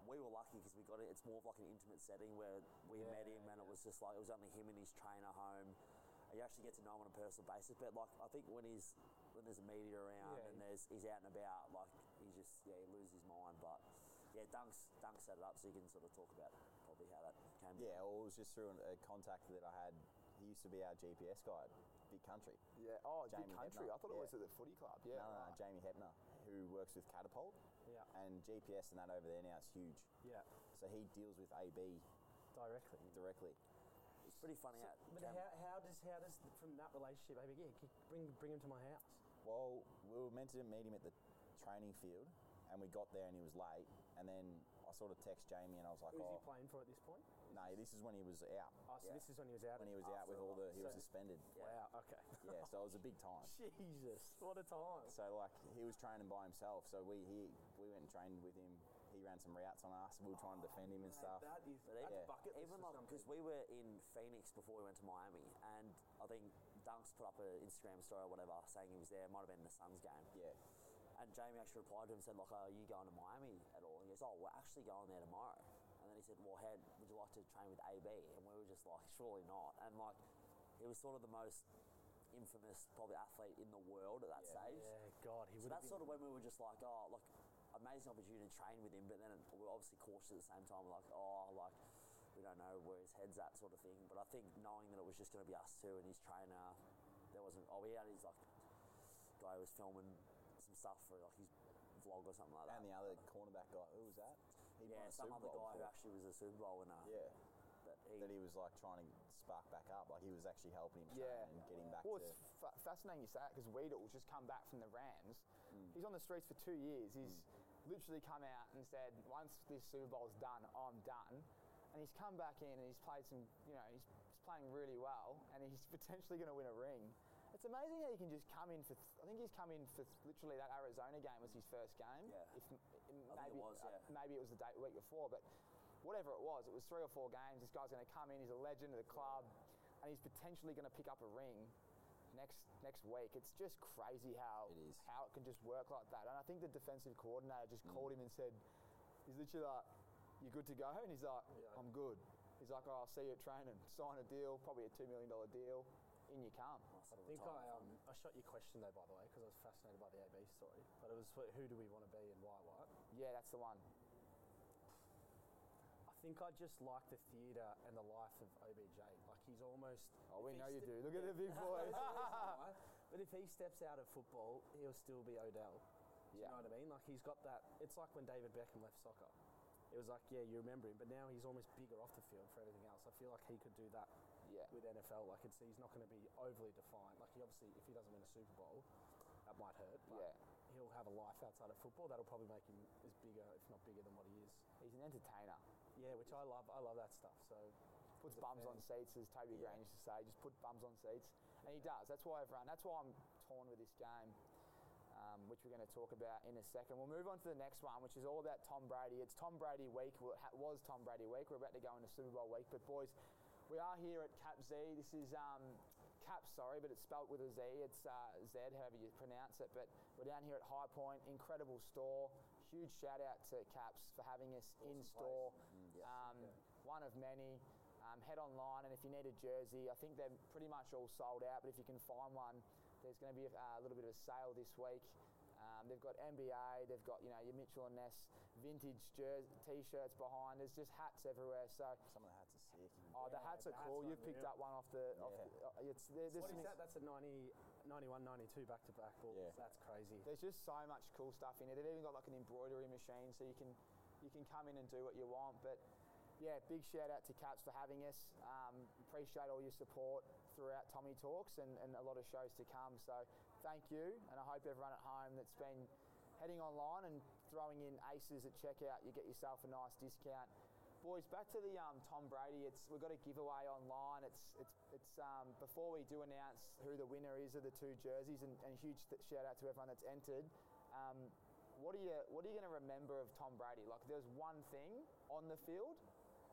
S4: We were lucky because we got it. It's more of like an intimate setting where we met him, and it was just like it was only him and his trainer home. And You actually get to know him on a personal basis, but like I think when he's when there's a media around
S2: Yeah.
S4: and there's he's out and about, like he just yeah he loses his mind. But yeah, Dunks, Dunks set it up, so you can sort of talk about probably how that came. to-
S3: Yeah, well, it was just through an- a contact that I had. He used to be our GPS guy at Big Country.
S5: Yeah. Oh,
S3: Jamie
S5: big country.
S3: Hebner.
S5: I thought it
S3: Yeah.
S5: was at the footy club.
S3: no,
S5: Yeah.
S3: no, no, Uh,
S5: right.
S3: Jamie Hebner, who works with Catapult.
S2: Yeah.
S3: And GPS and that over there now is huge.
S2: Yeah,
S3: So he deals with AB
S2: directly.
S3: directly.
S4: It's pretty funny. how it
S2: But
S4: came-
S2: how, how does how does th- from that relationship? Maybe yeah, c- bring bring him to my house.
S3: Well, we were meant to meet him at the training field, and we got there and he was late. And then I sort of text Jamie and I was like,
S2: Who's
S3: oh,
S2: he playing for at this point?
S3: no, this is when he was out.
S2: Oh, so
S3: Yeah.
S2: this is when he was out.
S3: when he was out
S4: After
S3: with
S4: a
S3: all the, he was
S2: So-
S3: suspended.
S2: Wow. Okay.
S3: Yeah, so it was a big time.
S2: Jesus, what a time.
S3: So like he was training by himself. So we he, we went and trained with him. He ran some routes on us. We were trying to defend him and stuff.
S2: That is
S4: But even-
S3: Yeah.
S2: bucket list
S4: even
S2: for
S4: like
S2: some
S4: because we were in Phoenix before we went to Miami, and I think Dunks put up an Instagram story or whatever saying he was there. It might have been the Suns game,
S3: Yeah,
S4: and Jamie actually replied to him and said like, "Are you going to Miami at all?" And he goes, "Oh, we're actually going there tomorrow." And then he said, "Well, head, would you like to train with AB?" And we were just like, "Surely not." And like, he was sort of the most infamous probably athlete in the world at that
S3: Yeah.
S4: stage.
S2: Yeah, God, he would.
S4: So
S2: have
S4: that's
S2: been
S4: sort of when we were just like, oh, look, amazing opportunity to train with him, but then we were obviously cautious at the same time, like, oh, like, we don't know where his head's at, sort of thing. But I think knowing that it was just going to be us two and his trainer, there wasn't, oh, he had his, like, guy who was filming some stuff for, like, his vlog or something like that.
S3: and the other cornerback guy, who was that? He
S4: yeah,
S3: won a
S4: some
S3: Super
S4: other
S3: Bowl
S4: guy who
S3: before.
S4: actually was a Super Bowl winner.
S3: Yeah,
S4: But he,
S3: that he was like trying to spark back up. Like he was actually helping him train
S5: Yeah.
S3: and getting back
S5: Well,
S3: to.
S5: it's fa- fascinating you say that because Weedle's just come back from the Rams.
S4: Mm.
S5: He's on the streets for two years. He's literally come out and said, once this Super Bowl's done, I'm done. And he's come back in and he's played some, you know, he's, he's playing really well and he's potentially going to win a ring. It's amazing how you can just come in for, th- I think he's come in for th- literally that Arizona game was his first game.
S4: Yeah.
S5: If, m-
S4: it
S5: maybe,
S4: was,
S5: uh,
S4: yeah.
S5: maybe it was the day, week before, but whatever it was, it was three or four games. This guy's going to come in. He's a legend of the club, and he's potentially going to pick up a ring next next week. It's just crazy how
S3: It is. Mm.
S5: how it can just work like that. And I think the defensive coordinator just called him and said, "He's literally like, you good to go?" And he's like, "I'm good." He's like, "Oh, I'll see you at training. Sign a deal, probably a two million dollar deal. In you come."
S2: I think I, um, I shot your question though, by the way, because I was fascinated by the AB story. But it was wh- who do we want to be and why what?
S5: Yeah, that's the one.
S2: I think I just like the theatre and the life of OBJ. Like he's almost.
S5: Oh, we
S2: if he
S5: know you
S2: ste-
S5: do. Look at the big boys.
S2: There's a reason why. But if he steps out of football, he'll still be Odell. Do You
S5: Yeah.
S2: know what I mean? Like he's got that. It's like when David Beckham left soccer. It was like, yeah, you remember him, but now he's almost bigger off the field for everything else. I feel like he could do that
S5: Yeah.
S2: with NFL. Like it's, he's not going to be overly defined. Like he obviously, if he doesn't win a Super Bowl, that might hurt. But
S5: Yeah.
S2: he'll have a life outside of football. That'll probably make him as bigger, if not bigger, than what he is.
S5: He's an entertainer.
S2: Yeah, which I love. I love that stuff. So
S5: puts
S2: As a
S5: bums
S2: fan.
S5: on seats, as Toby Green used to say, just put bums on seats, and he does. That's why everyone. That's why I'm torn with this game, um, which we're going to talk about in a second. We'll move on to the next one, which is all about Tom Brady. It's Tom Brady week. Well, it ha- was Tom Brady week. We're about to go into Super Bowl week, but boys, we are here at Cap Z. This is. Um, Cap, sorry, but it's spelt with a Z. It's uh, Z, however you pronounce it. But we're down here at High Point, incredible store. Huge shout out to Caps for having us in store. Um, One of many. Um, head online, and if you need a jersey, I think they're pretty much all sold out. But if you can find one, there's going to be a, a little bit of a sale this week. Um, they've got NBA, they've got you know your Mitchell and Ness vintage jer- t-shirts behind. There's just hats everywhere. So,
S3: Some of the hats are sick.
S5: oh, the
S2: Yeah,
S5: hats are
S2: the hats
S5: cool.
S2: are
S5: You've picked
S2: unreal.
S5: up one off the. Off
S3: Yeah.
S5: the uh, it's, there, there's
S2: what
S5: some
S2: is that? That's a 90, 91, 92 back to back balls.
S3: Yeah.
S2: That's crazy.
S5: There's just so much cool stuff in it. They've even got like an embroidery machine, so you can you can come in and do what you want. But yeah, big shout out to Caps for having us. Um, appreciate all your support throughout Tommy Talks and, and a lot of shows to come. So thank you, and I hope everyone at home that's been heading online and throwing in aces at checkout, you get yourself a nice discount. Boys, back to the um, Tom Brady. It's we've got a giveaway online. It's it's it's um, before we do announce who the winner is of the two jerseys, and, and huge th- shout out to everyone that's entered. Um, what are you What are you going to remember of Tom Brady? Like, there's one thing on the field,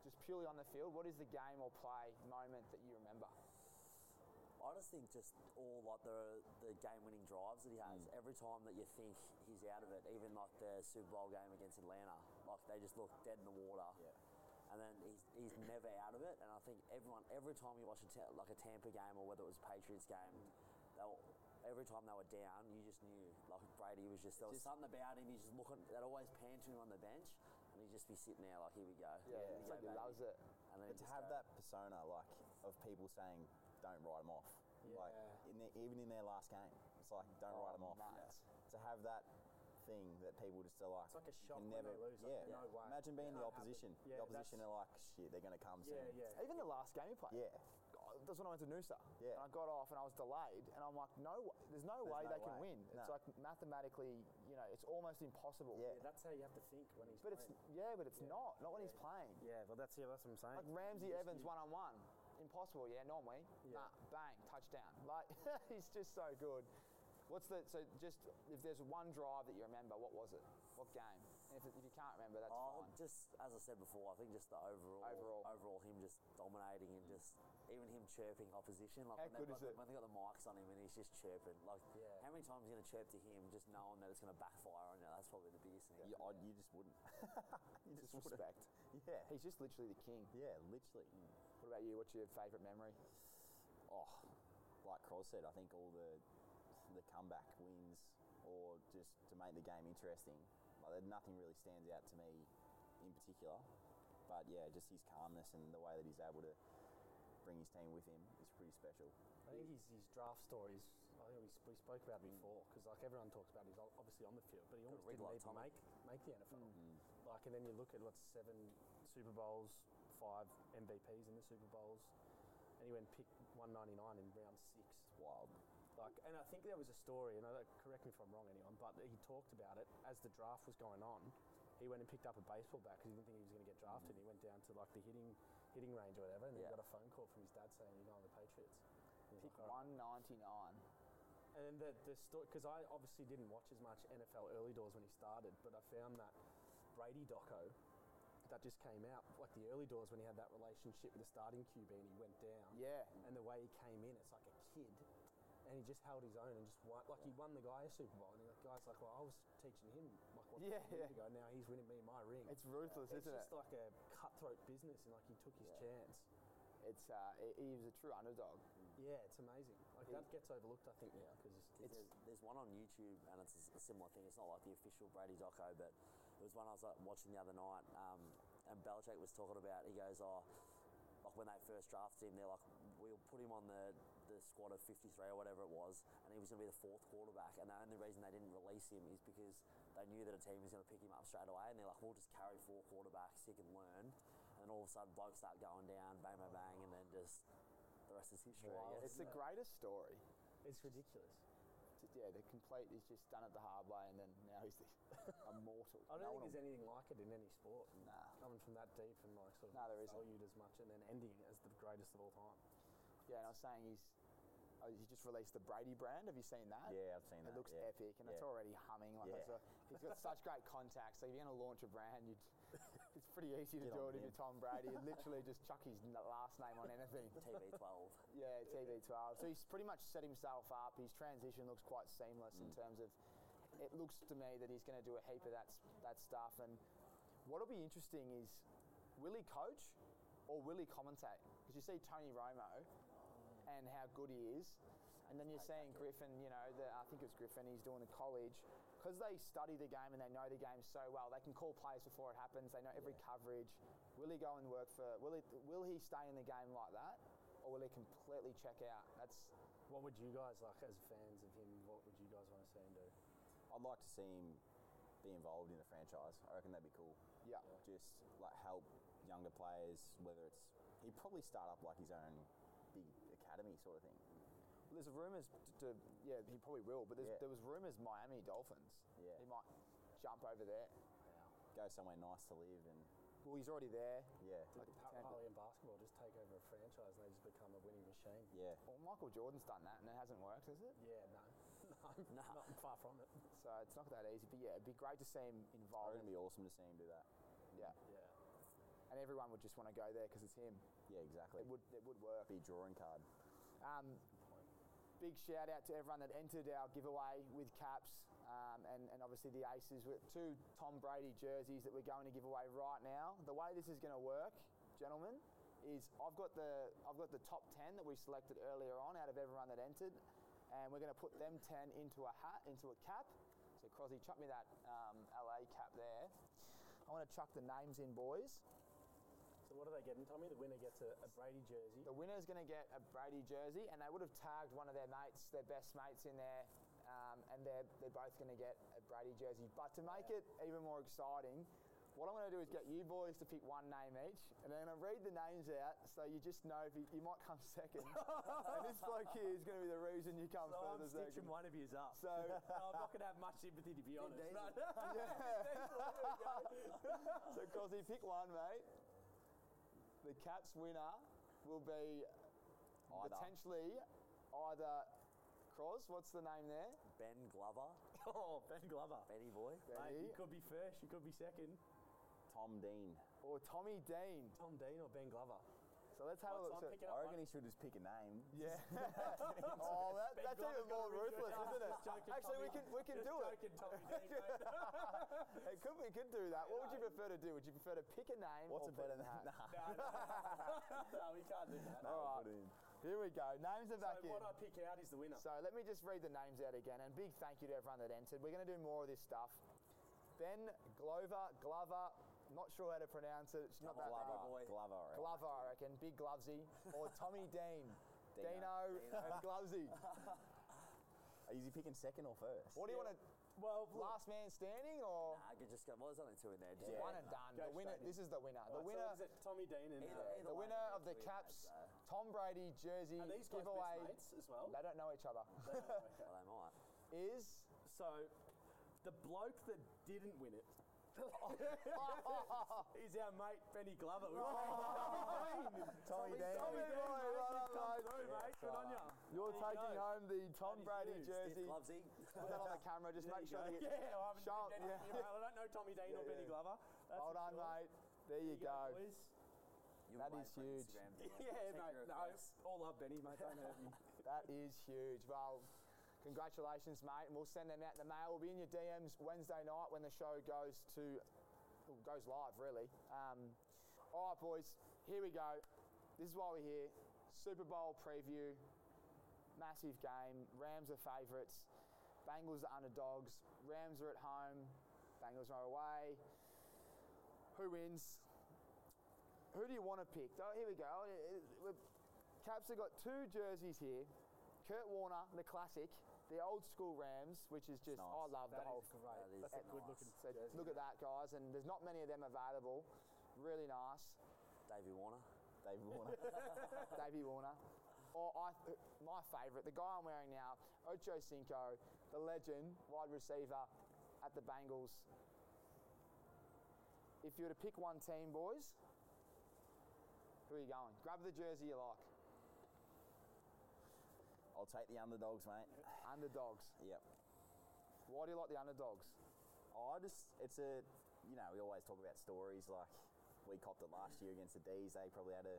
S5: just purely on the field. What is the game or play moment that you remember?
S4: I just think just all like the the game winning drives that he has.
S3: Mm.
S4: Every time that you think he's out of it, even like the Super Bowl game against Atlanta, like they just look dead in the water.
S3: Yeah.
S4: And then he's, he's never out of it. And I think everyone every time you watch a ta- like a Tampa game or whether it was a Patriots game, they were, every time they were down, you just knew like Brady was just there was something about him. He's just looking. They'd always pan to him on the bench. and he'd just be sitting there like, here we go.
S5: Yeah,
S4: here we
S5: it's
S4: go,
S5: like he
S4: baby."
S5: loves it.
S4: And then
S3: But
S4: he'd
S3: to
S4: just
S3: have
S4: go,
S3: that persona, like, of people saying, don't write them off. Like,
S2: Yeah.
S3: in their, even in their last game, it's like, don't
S5: Oh,
S3: write them off.
S5: mate.
S3: To have that thing that people just are like,
S2: It's like a shock
S3: can
S2: when
S3: never,
S2: they lose, like,
S3: Yeah.
S2: no way.
S3: Imagine
S2: Can't
S3: being the
S2: happen.
S3: opposition.
S2: Yeah,
S3: the opposition
S2: that's-
S3: are like, shit, they're going to come soon.
S2: yeah, yeah.
S5: Even the last game he played.
S3: Yeah.
S5: God, that's when I went to Noosa.
S3: Yeah.
S5: And I got off and I was delayed, and I'm like, no, way, there's no way
S3: no
S5: they can
S3: way.
S5: win. It's
S3: No.
S5: like mathematically, you know, it's almost impossible.
S3: Yeah.
S2: Yeah, that's how you have to think when he's
S5: But it's
S2: playing.
S5: yeah, but it's not. Not when he's playing.
S2: Yeah, well, that's, yeah, that's what I'm saying.
S5: Like
S2: You
S5: Ramsey
S2: just-
S5: Evans
S2: you-
S5: one on one, impossible. Yeah, normally.
S2: Yeah.
S5: Nah, bang, touchdown. Like he's just so good. What's the so just if there's one drive that you remember, what was it? What game? And if, if you can't remember, that's
S4: Oh,
S5: fine.
S4: just as I said before, I think just the overall,
S5: Overall.
S4: overall him just dominating and just even him chirping opposition. Like
S5: How
S4: when they've
S5: good is
S4: got the-
S5: it?
S4: when they got the mics on him and he's just chirping. Like,
S2: Yeah.
S4: how many times are you gonna chirp to him, just knowing that it's gonna backfire on you? That's probably the biggest thing.
S3: You, I, you just wouldn't. you
S5: Just
S3: wouldn't.
S5: respect.
S3: Yeah.
S5: He's just literally the king. Mm.
S3: Yeah, literally.
S5: What about you? What's your favourite memory?
S3: Oh, like Cross said, I think all the the comeback wins or just to make the game interesting, like that nothing really stands out to me in particular. But yeah, just his calmness and the way that he's able to bring his team with him is pretty special.
S2: I think his, his draft stories, I think we, sp- we spoke about it before, because like everyone talks about he's o- obviously on the field, but he almost
S4: red
S2: didn't
S4: light
S2: even
S4: Tommy.
S2: make, make the NFL. Like, and then you look at what's seven Super Bowls, five MVPs in the Super Bowls, and he went pick 199 in round six.
S3: It's wild.
S2: Like, and I think there was a story, and I don't, correct me if I'm wrong, anyone, but he talked about it as the draft was going on. He went and picked up a baseball bat because he didn't think he was going to get drafted. He went down to like the hitting hitting range or whatever, and then
S4: Yeah.
S2: he got a phone call from his dad saying you're going to the Patriots. He was
S5: Pick
S2: like, "All right."
S5: 199.
S2: And the, the story, because I obviously didn't watch as much NFL early doors when he started, but I found that Brady doco that just came out, like the early doors when he had that relationship with the starting QB and he went down.
S5: Yeah.
S2: And the way he came in, it's like a kid. And he just held his own and just won. Like, he won the guy a Super Bowl. And the guy's like, well, I was teaching him, like, what,
S5: Yeah,
S2: years
S5: yeah.
S2: ago. Now he's winning me my ring.
S5: It's ruthless,
S2: It's
S5: isn't
S2: just
S5: it?
S2: like a cutthroat business, and like he took his chance.
S5: It's uh, he- he was a true underdog.
S2: Yeah, it's amazing. Like that gets overlooked, I think, now because
S4: There's, there's one on YouTube, and it's a s- a similar thing. It's not like the official Brady doco, but it was one I was like, watching the other night, um, and Belichick was talking about. He goes, "Oh, like when they first drafted him, they're like, we'll put him on the, the squad of 53 or whatever it was, and he was going to be the fourth quarterback. And the only reason they didn't release him is because they knew that a team was going to pick him up straight away, and they're like, we'll just carry four quarterbacks, he can learn. And all of a sudden, blokes start going down, bang, bang, bang, and then just the rest is history. I
S2: Wow.
S4: guess.
S5: It's the greatest story.
S2: it's ridiculous.
S5: T- Yeah, the complete. He's just done it the hard way, and then now he's the immortal.
S2: I don't
S5: No
S2: think
S5: one
S2: there's anything like it in any sport.
S5: Nah.
S2: Coming from that deep and like sort of
S5: No, there isn't.
S2: valued as much, and then ending it as the greatest of all time.
S5: Yeah, and I was saying he's oh, he just released the Brady brand. Have you seen that?
S3: Yeah, I've seen that.
S5: It looks
S3: yeah.
S5: epic, and it's
S3: Yeah.
S5: already humming. Like
S3: Yeah.
S5: it's a, he's got such great contacts. So if you're going to launch a brand, you'd, it's pretty easy to
S3: Get
S5: do
S3: on him.
S5: it if you're Tom Brady. You literally just chuck his n- last name on anything.
S4: TB12.
S5: Yeah, TV12. So he's pretty much set himself up. His transition looks quite seamless in terms of. It looks to me that he's going to do a heap of that s- that stuff. And what'll be interesting is, will he coach, or will he commentate? Because you see Tony Romo, and how good he is, and then you're seeing Griffin. You know, the, I think it's Griffin. He's doing the college. Because they study the game and they know the game so well, they can call plays before it happens. They know every coverage. Will he go and work for? Will he? Will he stay in the game like that, or will he completely check out? That's
S2: What would you guys like as fans of him? What would you guys want to see him do?
S3: I'd like to see him be involved in the franchise. I reckon that'd be cool.
S5: yeah.
S3: Just like help younger players, whether it's he'd probably start up like his own big academy sort of thing.
S5: Well, there's rumours t- to yeah he probably will, but there's,
S3: Yeah.
S5: there was rumours Miami Dolphins.
S3: Yeah.
S5: He might jump over there.
S3: Go somewhere nice to live and
S5: Well, he's already there.
S3: yeah,
S2: Like the
S5: Tampa.
S2: Paralympian basketball, just take over a franchise and they just become a winning machine.
S3: yeah.
S5: Well, Michael Jordan's done that and it hasn't worked, has it?
S2: Yeah, no, no,
S4: Nah.
S2: not far from it.
S5: So it's not that easy. But yeah, it'd be great to see him
S3: I
S5: involved.
S3: reckon it'd be awesome to see him do that.
S5: Yeah,
S2: Yeah,
S5: and everyone would just want to go there because it's him.
S3: Yeah, exactly.
S5: It would it would work.
S3: be drawing card.
S5: Um, big shout out to everyone that entered our giveaway with caps um, and, and obviously the aces with two Tom Brady jerseys that we're going to give away right now. The way this is going to work, gentlemen, is I've got the I've got the top ten that we selected earlier on out of everyone that entered, and we're going to put them ten into a hat into a cap. So Crosby, chuck me that um, LA cap there. I want to chuck the names in, boys.
S2: So what are they getting, Tommy? The winner gets a, a Brady jersey.
S5: The winner's going to get a Brady jersey, and they would have tagged one of their mates, their best mates in there, um, and they're, they're both going to get a Brady jersey. But to make it even more exciting, what I'm going to do is get you boys to pick one name each, and I'm going to read the names out so you just know if you, you might come second. and this bloke here is going to be the reason you come
S2: So I'm
S5: further second.
S2: stitching one of yours up.
S5: So,
S2: No, I'm not going to have much sympathy, to be honest.
S4: days
S2: No,
S4: of-
S2: no.
S5: so Cosy, pick one, mate. The Cats winner will be
S3: Either.
S5: potentially either Cros, what's the name there?
S4: Ben Glover,
S2: oh, Ben Glover.
S4: Benny boy.
S2: Mate,
S5: Benny.
S2: you could be first, you could be second.
S3: Tom Dean.
S5: Or Tommy Dean.
S2: Tom Dean or Ben Glover?
S5: So let's have a
S2: Well, so I'm
S5: look. So-
S2: picking
S3: I
S2: up
S3: reckon he should just pick a name.
S5: yeah. oh, that,
S2: Ben
S5: that's
S2: Glover's
S5: even more
S2: gotta be good.
S5: ruthless,
S2: No,
S5: isn't it?
S2: just joking,
S5: Actually, we
S2: Tommy.
S5: can we can
S2: Just
S5: do it.
S2: joking, Tommy Dean, mate.
S5: It could we could do that. What would you prefer to do? Would you prefer to pick a name?
S3: What's a
S5: or put
S3: better name? Nah.
S2: no, no, no, we can't do that.
S3: Nah,
S5: All
S3: we'll put
S5: right.
S3: it in.
S5: Here we go. Names are
S2: So
S5: back in.
S2: what I pick out is the winner.
S5: So let me just read the names out again, and big thank you to everyone that entered. We're going to do more of this stuff. Ben Glover, Glover, not sure how to pronounce it. It's not that
S3: Glover.
S5: hard.
S3: Glover. I reckon.
S5: Glover, I reckon. Big Glovesy or Tommy Dean. Dino,
S3: Dino.
S5: and Glovesy.
S3: Is he picking second or first?
S5: What do you want to?
S2: Well, look,
S5: Last man standing or
S4: I could just go. Well, there's only two in there. Just
S3: Yeah.
S5: one and done?
S2: Go
S5: The winner.
S2: straight in.
S5: This is the winner.
S2: so
S5: The winner.
S2: is it Tommy Dean and
S4: Either-
S2: uh,
S4: either
S5: The
S4: way,
S5: winner
S4: they're
S5: of the
S4: clear
S5: Caps
S4: mates,
S5: Tom Brady jersey
S2: are these guys
S5: giveaway.
S2: best mates as well?
S5: They don't know each other.
S4: so they might.
S5: Is
S2: so the bloke that didn't win it is our mate Benny Glover. We've
S5: Oh,
S2: got
S3: Tommy
S2: Tommy Dean. Tommy
S5: Tommy
S2: Dean, mate,
S5: Boy, well
S2: you've
S5: done,
S2: come
S5: mate.
S2: through, mate. Good on ya.
S5: you're
S2: There you
S5: taking
S2: go.
S5: home the Tom
S2: That is
S5: Brady
S2: huge.
S5: jersey.
S4: Stiff Glovesy.
S5: Put that on the camera. Just
S2: There
S5: make
S2: you
S5: sure
S2: go.
S5: they get
S2: Yeah, I haven't
S5: Show
S2: seen
S5: it,
S2: Benny Glover.
S5: yeah.
S2: I don't know Tommy Dean or
S5: Yeah,
S2: Benny
S5: yeah.
S2: Glover. That's
S5: Hold
S2: for
S5: on,
S2: sure.
S5: mate. There you go.
S2: boys.
S4: You
S5: That
S4: were waiting
S5: is huge.
S4: for Instagram to
S2: Yeah,
S4: check
S2: mate.
S4: your
S2: No,
S4: requests.
S2: all up, Benny, mate. Don't hurt me.
S5: That is huge. Well, congratulations, mate. And we'll send them out in the mail. We'll be in your DMs Wednesday night when the show goes to well, goes live, really. Um, all right, boys. Here we go. This is why we're here. Super Bowl preview. Massive game. Rams are favourites. Bengals are underdogs. Rams are at home. Bengals are away. Who wins? Who do you want to pick? Oh, here we go. We're Caps have got two jerseys here. Kurt Warner, the classic, the old school Rams, which is just
S3: Nice.
S5: I love
S2: That
S5: the whole.
S2: is great. That's
S4: That is
S2: a
S4: nice.
S2: good looking
S5: So
S2: jersey.
S5: look at that, guys, and there's not many of them available. Really nice,
S4: Davey Warner.
S3: David Warner.
S5: Davey Warner. Or I, my favourite, the guy I'm wearing now, Ocho Cinco, the legend, wide receiver at the Bengals. If you were to pick one team, boys, who are you going? Grab the jersey you like.
S3: I'll take the underdogs, mate.
S5: Underdogs.
S3: Yep.
S5: Why do you like the underdogs?
S3: I just, it's a, you know, we always talk about stories. Like, we copped it last year against the D's. They probably had a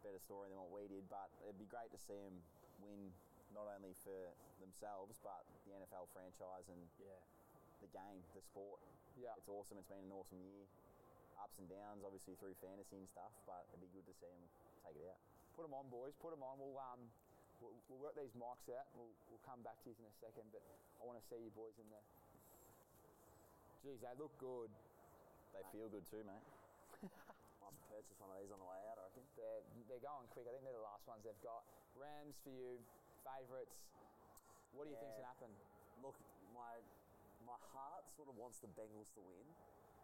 S3: better story than what we did, but it'd be great to see them win not only for themselves, but the NFL franchise and
S2: Yeah.
S3: the game, the sport.
S5: Yeah.
S3: It's awesome. It's been an awesome year. Ups and downs, obviously, through fantasy and stuff, but it'd be good to see them take it out.
S5: Put them on, boys. Put them on. We'll um, we'll, we'll work these mics out. We'll, we'll come back to you in a second, but I want to see you boys in there. Jeez, they look good.
S3: They feel good too, mate.
S4: Might purchase one of these on the way out. I reckon.
S5: They're they're going quick. I think they're the last ones they've got. Rams for you, favourites. What do you think's
S4: Yeah.
S5: gonna happen?
S4: Look, my my heart sort of wants the Bengals to win,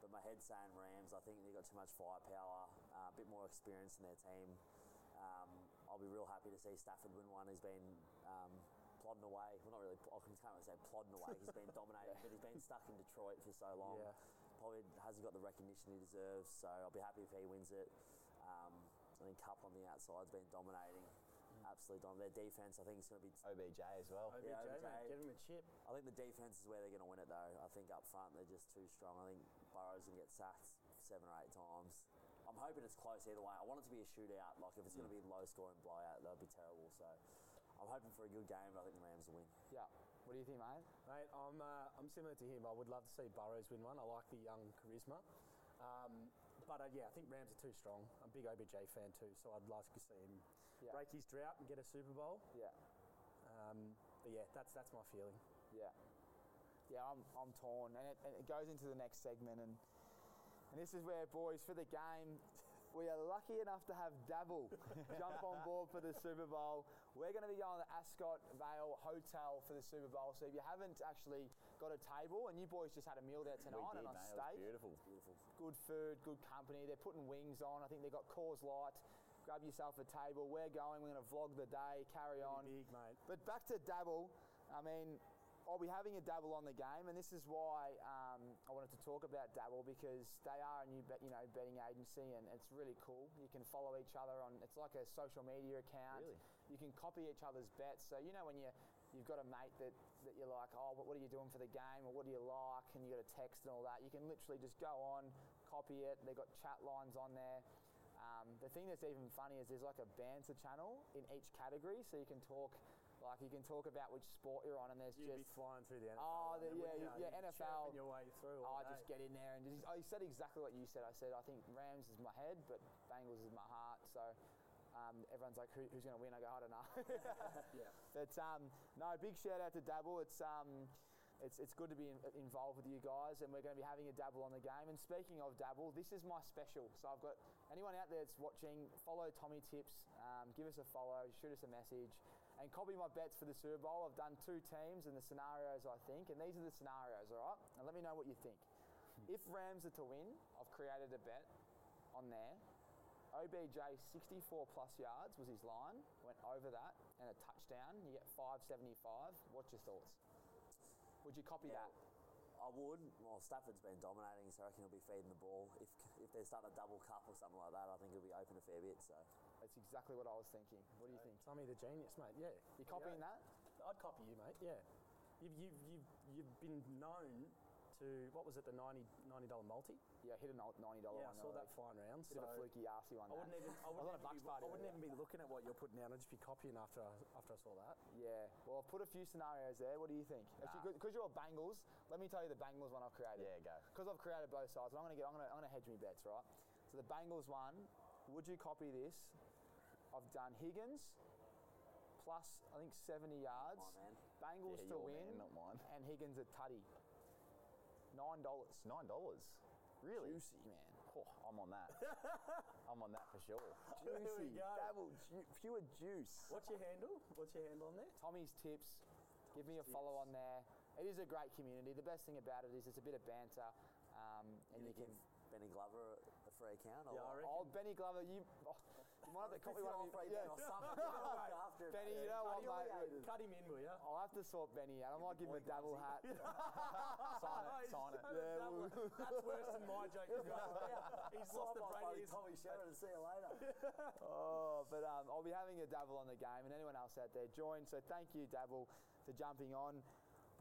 S4: but my head's saying Rams. I think they've got too much firepower, uh, a bit more experience in their team. Um, I'll be real happy to see Stafford win one. He's been um, plodding away. Well, not really. I can't really say plodding away. He's been dominating, but he's been stuck in Detroit for so long.
S2: Yeah.
S4: Probably hasn't got the recognition he deserves. So I'll be happy if he wins it. Um, I think Cup on the outside's been dominating. Absolutely, dom- their defense. I think is going to be
S3: OBJ as well.
S2: OBJ,
S4: Yeah,
S2: mate,
S4: OBJ.
S2: Give him a chip.
S4: I think the defense is where they're going to win it, though. I think up front they're just too strong. I think Burrow's going to get sacked seven or eight times. I'm hoping it's close either way. I want it to be a shootout. Like if it's going to
S2: Mm.
S4: be low scoring blowout, that'd be terrible. So I'm hoping for a good game. But I think the Rams will win.
S5: Yeah. What do you think, mate?
S2: Mate, I'm, uh, I'm similar to him. I would love to see Burrows win one. I like the young charisma. Um, but uh, yeah, I think Rams are too strong. I'm a big OBJ fan too, so I'd like to see him
S5: Yeah.
S2: break his drought and get a Super Bowl.
S5: Yeah.
S2: Um, but yeah, that's that's my feeling.
S5: Yeah. Yeah, I'm, I'm torn. And it, and it goes into the next segment. And And this is where, boys, for the game, we are lucky enough to have Dabble jump on board for the Super Bowl. We're going to be going to the Ascot Vale Hotel for the Super Bowl. So if you haven't actually got a table, and you boys just had a meal there tonight
S3: we did,
S5: and on
S3: mate. It was
S5: steak,
S3: beautiful.
S5: good food, good company. They're putting wings on. I think they've got Coors Light. Grab yourself a table. We're going. We're going to vlog the day. Carry on.
S2: Big, mate.
S5: But back to Dabble, I mean, are we having a Dabble on the game? And this is why um, I wanted to talk about Dabble because they are a new, bet, you know, betting agency, and it's really cool. You can follow each other on. It's like a social media account.
S3: Really?
S5: You can copy each other's bets. So you know when you. You've got a mate that, that you're like, oh, what, what are you doing for the game, or what do you like? And you got a text and all that. You can literally just go on, copy it. They've got chat lines on there. Um, the thing that's even funny is there's like a banter channel in each category, so you can talk, like you can talk about which sport you're on, and there's
S2: You'd be
S5: just
S2: flying through the NFL. wouldn't
S5: Oh, the-
S2: you?
S5: yeah,
S2: Wouldn't you?
S5: yeah,
S2: You'd be
S5: NFL.
S2: chirping your way through.
S5: oh,
S2: all
S5: I just
S2: day.
S5: get in there and just, I said exactly what you said. I said I think Rams is my head, but Bengals is my heart. So um, everyone's like, Who, who's going to win? I go, I don't know.
S2: Yeah.
S5: But um, no, big shout out to Dabble. It's um, it's, it's good to be in, involved with you guys, and we're going to be having a dabble on the game. And speaking of dabble, this is my special. So I've got anyone out there that's watching, follow Tommy Tips, um, give us a follow, shoot us a message, and copy my bets for the Super Bowl. I've done two teams and the scenarios I think, and these are the scenarios, all right? And let me know what you think. if Rams are to win, I've created a bet on there. OBJ 64 plus yards was his line, went over that, and a touchdown. You get 575. What's your thoughts? Would you copy
S4: Yeah.
S5: that?
S4: I would. Well, Stafford's been dominating, so I reckon he'll be feeding the ball. If if they're starting a double cup or something like that, I think he'll be open a fair bit. So
S5: That's exactly what I was thinking. What do you think?
S2: Tommy the genius, mate. Yeah.
S5: You copying that?
S2: I'd copy you, mate. Yeah. You've, you've, you've, you've been known to, what was it, the 90 $90 multi?
S5: Yeah, hit a no- $90 one.
S2: yeah, Oh, I saw
S5: early.
S2: that flying around.
S5: Bit of
S2: so-
S5: a fluky arsey one.
S2: I wouldn't
S5: that.
S2: even. I wouldn't,
S5: was on a
S2: even
S5: Bucks
S2: be,
S5: party
S2: I wouldn't even
S5: earlier.
S2: be looking at what you're putting down. I'd just be copying after I, after I saw that.
S5: Yeah. Well, I've put a few scenarios there. What do you think? Because you're all Bengals, let me tell you the Bengals one I've created.
S3: Yeah, go.
S5: Because I've created both sides, and I'm gonna get, I'm gonna, I'm gonna hedge me bets, right? So the Bengals one, would you copy this? I've done Higgins plus I think 70 yards.
S4: my man.
S5: Bengals
S3: Yeah,
S5: to
S3: your
S5: win,
S3: man, not mine.
S5: and Higgins at tutty. Nine dollars.
S3: It's nine dollars. Really?
S5: Juicy man.
S3: Oh, I'm on that. I'm on that for sure.
S2: There we
S5: Juicy.
S2: go.
S5: Double ju- pure juice.
S2: What's your handle? What's your handle on there?
S5: Tommy's tips. Give me a follow on there. It is a great community. The best thing about it is it's a bit of banter, um, and you
S4: you
S5: can.
S4: give Benny Glover a free account.
S2: Yeah, I
S4: or
S2: reckon.
S5: Oh, Benny Glover, you. Oh, you might have to copy one of your- yeah.
S4: or something. You know, like after it.
S5: Benny, you know what,
S2: Cut him-
S5: mate?
S2: Cut him in, will ya?
S5: I'll have to sort Benny out. I might give him a double hat.
S2: Oh,
S3: Sign it.
S2: he's
S3: Sign it.
S2: done a
S5: Yeah,
S2: double. That's worse than my joke. as well. He's lost
S4: Signed
S2: the Brady.
S4: by bloody Tommy Sheridan. See you later.
S5: Oh, but um, I'll be having a dabble on the game, and anyone else out there join. So thank you, Dabble, for jumping on,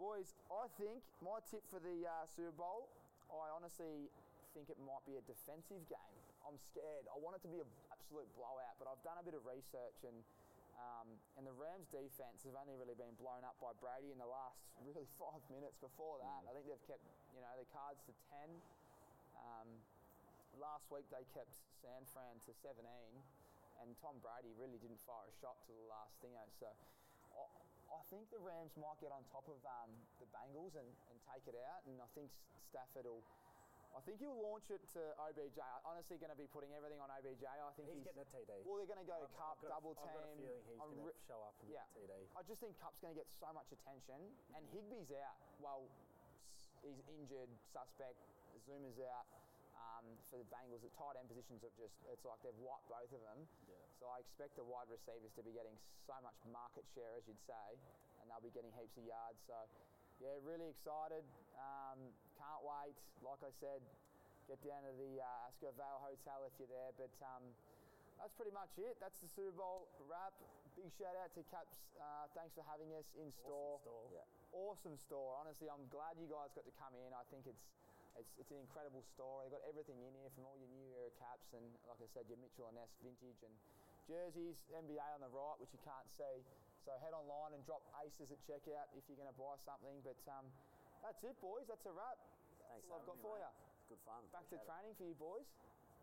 S5: boys. I think my tip for the uh, Super Bowl, I honestly think it might be a defensive game. I'm scared. I want it to be an absolute blowout, but I've done a bit of research and. Um, and the Rams' defense has only really been blown up by Brady in the last really five minutes. Before that,
S2: Mm.
S5: I think they've kept you know the cards to ten. Um, last week they kept San Fran to 17, and Tom Brady really didn't fire a shot to the last thing. eh, So I, I think the Rams might get on top of um, the Bengals and, and take it out, and I think S- Stafford will. I think he'll launch it to OBJ. I honestly going to be putting everything on OBJ. I think
S2: He's
S5: he's,
S2: getting a TD.
S5: well, they're going to go to
S2: I've-
S5: Cup,
S2: I've got a-
S5: double
S2: I've got a
S5: team.
S2: feeling he's
S5: I'm
S2: going to
S5: re-
S2: show up and
S5: yeah.
S2: get TD.
S5: I just think Cup's going to get so much attention, and Higby's out. Well, s- he's injured, suspect. Zuma's out um, for the Bengals. The tight end positions have just, it's like they've wiped both of them. So I expect the wide receivers to be getting so much market share, as you'd say, and they'll be getting heaps of yards. So, yeah, really excited. Um, can't wait. Like I said, get down to the uh, Ascot Vale Hotel if you're there. But um, that's pretty much it. That's the Super Bowl wrap. Big shout out to Caps. Uh, thanks for having us in store.
S2: Awesome stall.
S4: Yeah.
S5: Awesome store. Honestly, I'm glad you guys got to come in. I think it's it's, it's an incredible store. They've got everything in here from all your new era caps and, like I said, your Mitchell and Ness vintage and jerseys, NBA on the right, which you can't see. So head online and drop aces at checkout if you're going to buy something. But um, that's it, boys. That's a wrap.
S4: Thanks.
S5: That's all I've
S4: for
S5: got
S4: having me,
S5: for
S4: mate.
S5: you.
S4: Good fun.
S5: Back to
S4: Appreciate it.
S5: training for you, boys.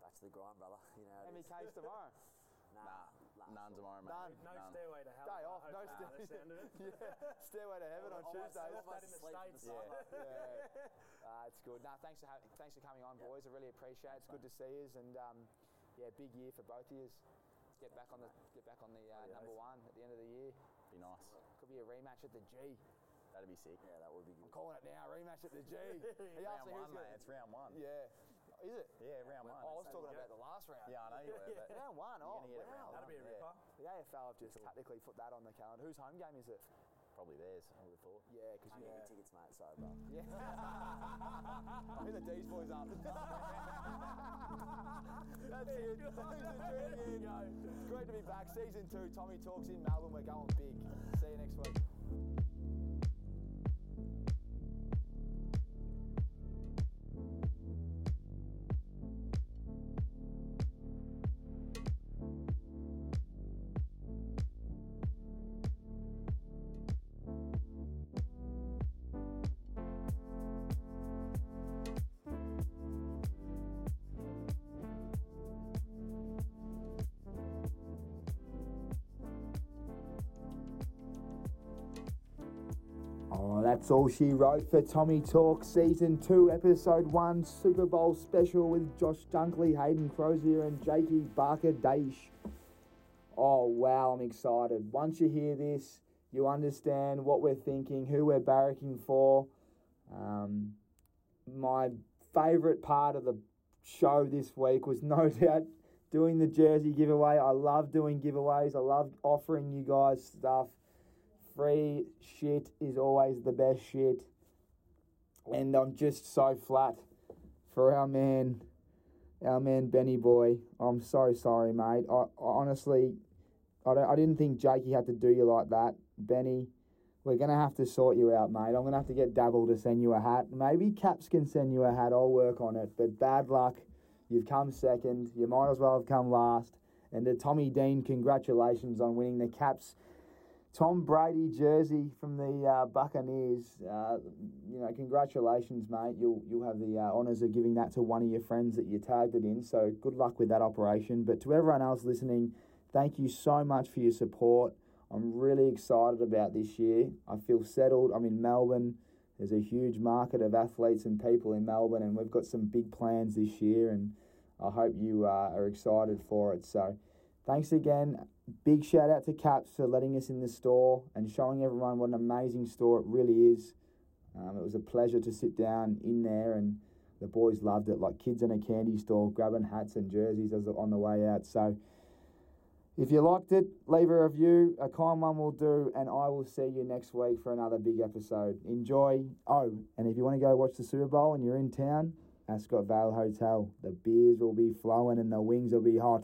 S4: Back to the grind, brother. You know.
S5: How
S4: it
S5: many
S4: is.
S5: Ks tomorrow?
S4: Nah. Nah.
S3: None
S4: sure.
S3: tomorrow, mate.
S5: None.
S2: No
S3: None.
S2: stairway to hell.
S5: Day
S2: I
S5: off,
S2: hope
S5: no
S2: not,
S5: stairway.
S2: the sound of it.
S5: yeah, stairway to heaven on
S4: Almost-
S5: Tuesdays.
S2: That
S4: almost
S2: in the
S4: asleep in
S2: States.
S4: the summer.
S5: Yeah. Uh, it's good. Now, thanks for having, thanks for coming on,
S3: Yeah.
S5: boys. I really appreciate it. It's good to see you, and um, yeah, big year for both of you. Get back on the get back on the uh,
S3: Bloody
S5: number
S3: oath.
S5: one at the end of the year.
S3: Be nice.
S5: Could be a rematch at the G.
S3: That'd be sick. Yeah, that would be
S5: I'm calling it now. Rematch at the G. He asked
S3: round one,
S5: me who's
S3: mate.
S5: gonna-
S3: It's round one. Yeah,
S5: Yeah. Is it?
S3: round one.
S5: Oh, I was
S3: It's-
S5: talking
S2: yeah.
S5: about the last round.
S3: Yeah, I know you were, but
S5: Round one.
S3: You're
S5: Oh,
S3: gonna get it round
S5: wow.
S2: That'd
S3: one.
S2: be a
S3: Yeah.
S2: ripper.
S5: The AFL have just tactically put that on the calendar. Whose home game is it?
S3: probably theirs. I would have thought.
S5: Yeah, because
S4: Can't get
S5: you yeah.
S4: your tickets, mate. Sorry, bro.
S5: Yeah. I hear the D's boys up. That's it. That's the dream. It's great to be back. Season two, Tommy Talks in Melbourne. We're going big. See you next week.
S1: Oh, that's all she wrote for Tommy Talk Season 2, Episode 1, Super Bowl Special with Josh Dunkley, Hayden Crozier, and Jakey Barker Daish. Oh, wow, I'm excited. Once you hear this, you understand what we're thinking, who we're barracking for. Um, my favourite part of the show this week was no doubt doing the jersey giveaway. I love doing giveaways, I love offering you guys stuff free shit is always the best shit. And I'm just so flat for our man, our man Benny Boy. I'm so sorry, mate. I, I honestly, I, don't, I didn't think Jakey had to do you like that, Benny. We're gonna have to sort you out, mate. I'm gonna have to get Dabble to send you a hat. Maybe Caps can send you a hat. I'll work on it. But bad luck. You've come second. You might as well have come last. And to Tommy Dean, congratulations on winning the Caps Tom Brady jersey from the uh, Buccaneers. Uh, you know, congratulations, mate. You'll you'll have the uh, honours of giving that to one of your friends that you tagged it in. So good luck with that operation. But to everyone else listening, thank you so much for your support. I'm really excited about this year. I feel settled. I'm in Melbourne. There's a huge market of athletes and people in Melbourne, and we've got some big plans this year. And I hope you uh, are excited for it. So, thanks again, big shout out to Caps for letting us in the store and showing everyone what an amazing store it really is. Um, it was a pleasure to sit down in there, and the boys loved it, like kids in a candy store, grabbing hats and jerseys as on the way out. So, if you liked it, leave a review. A kind one will do, and I will see you next week for another big episode. Enjoy. Oh, and if you want to go watch the Super Bowl and you're in town, Ascot Vale Hotel. The beers will be flowing and the wings will be hot.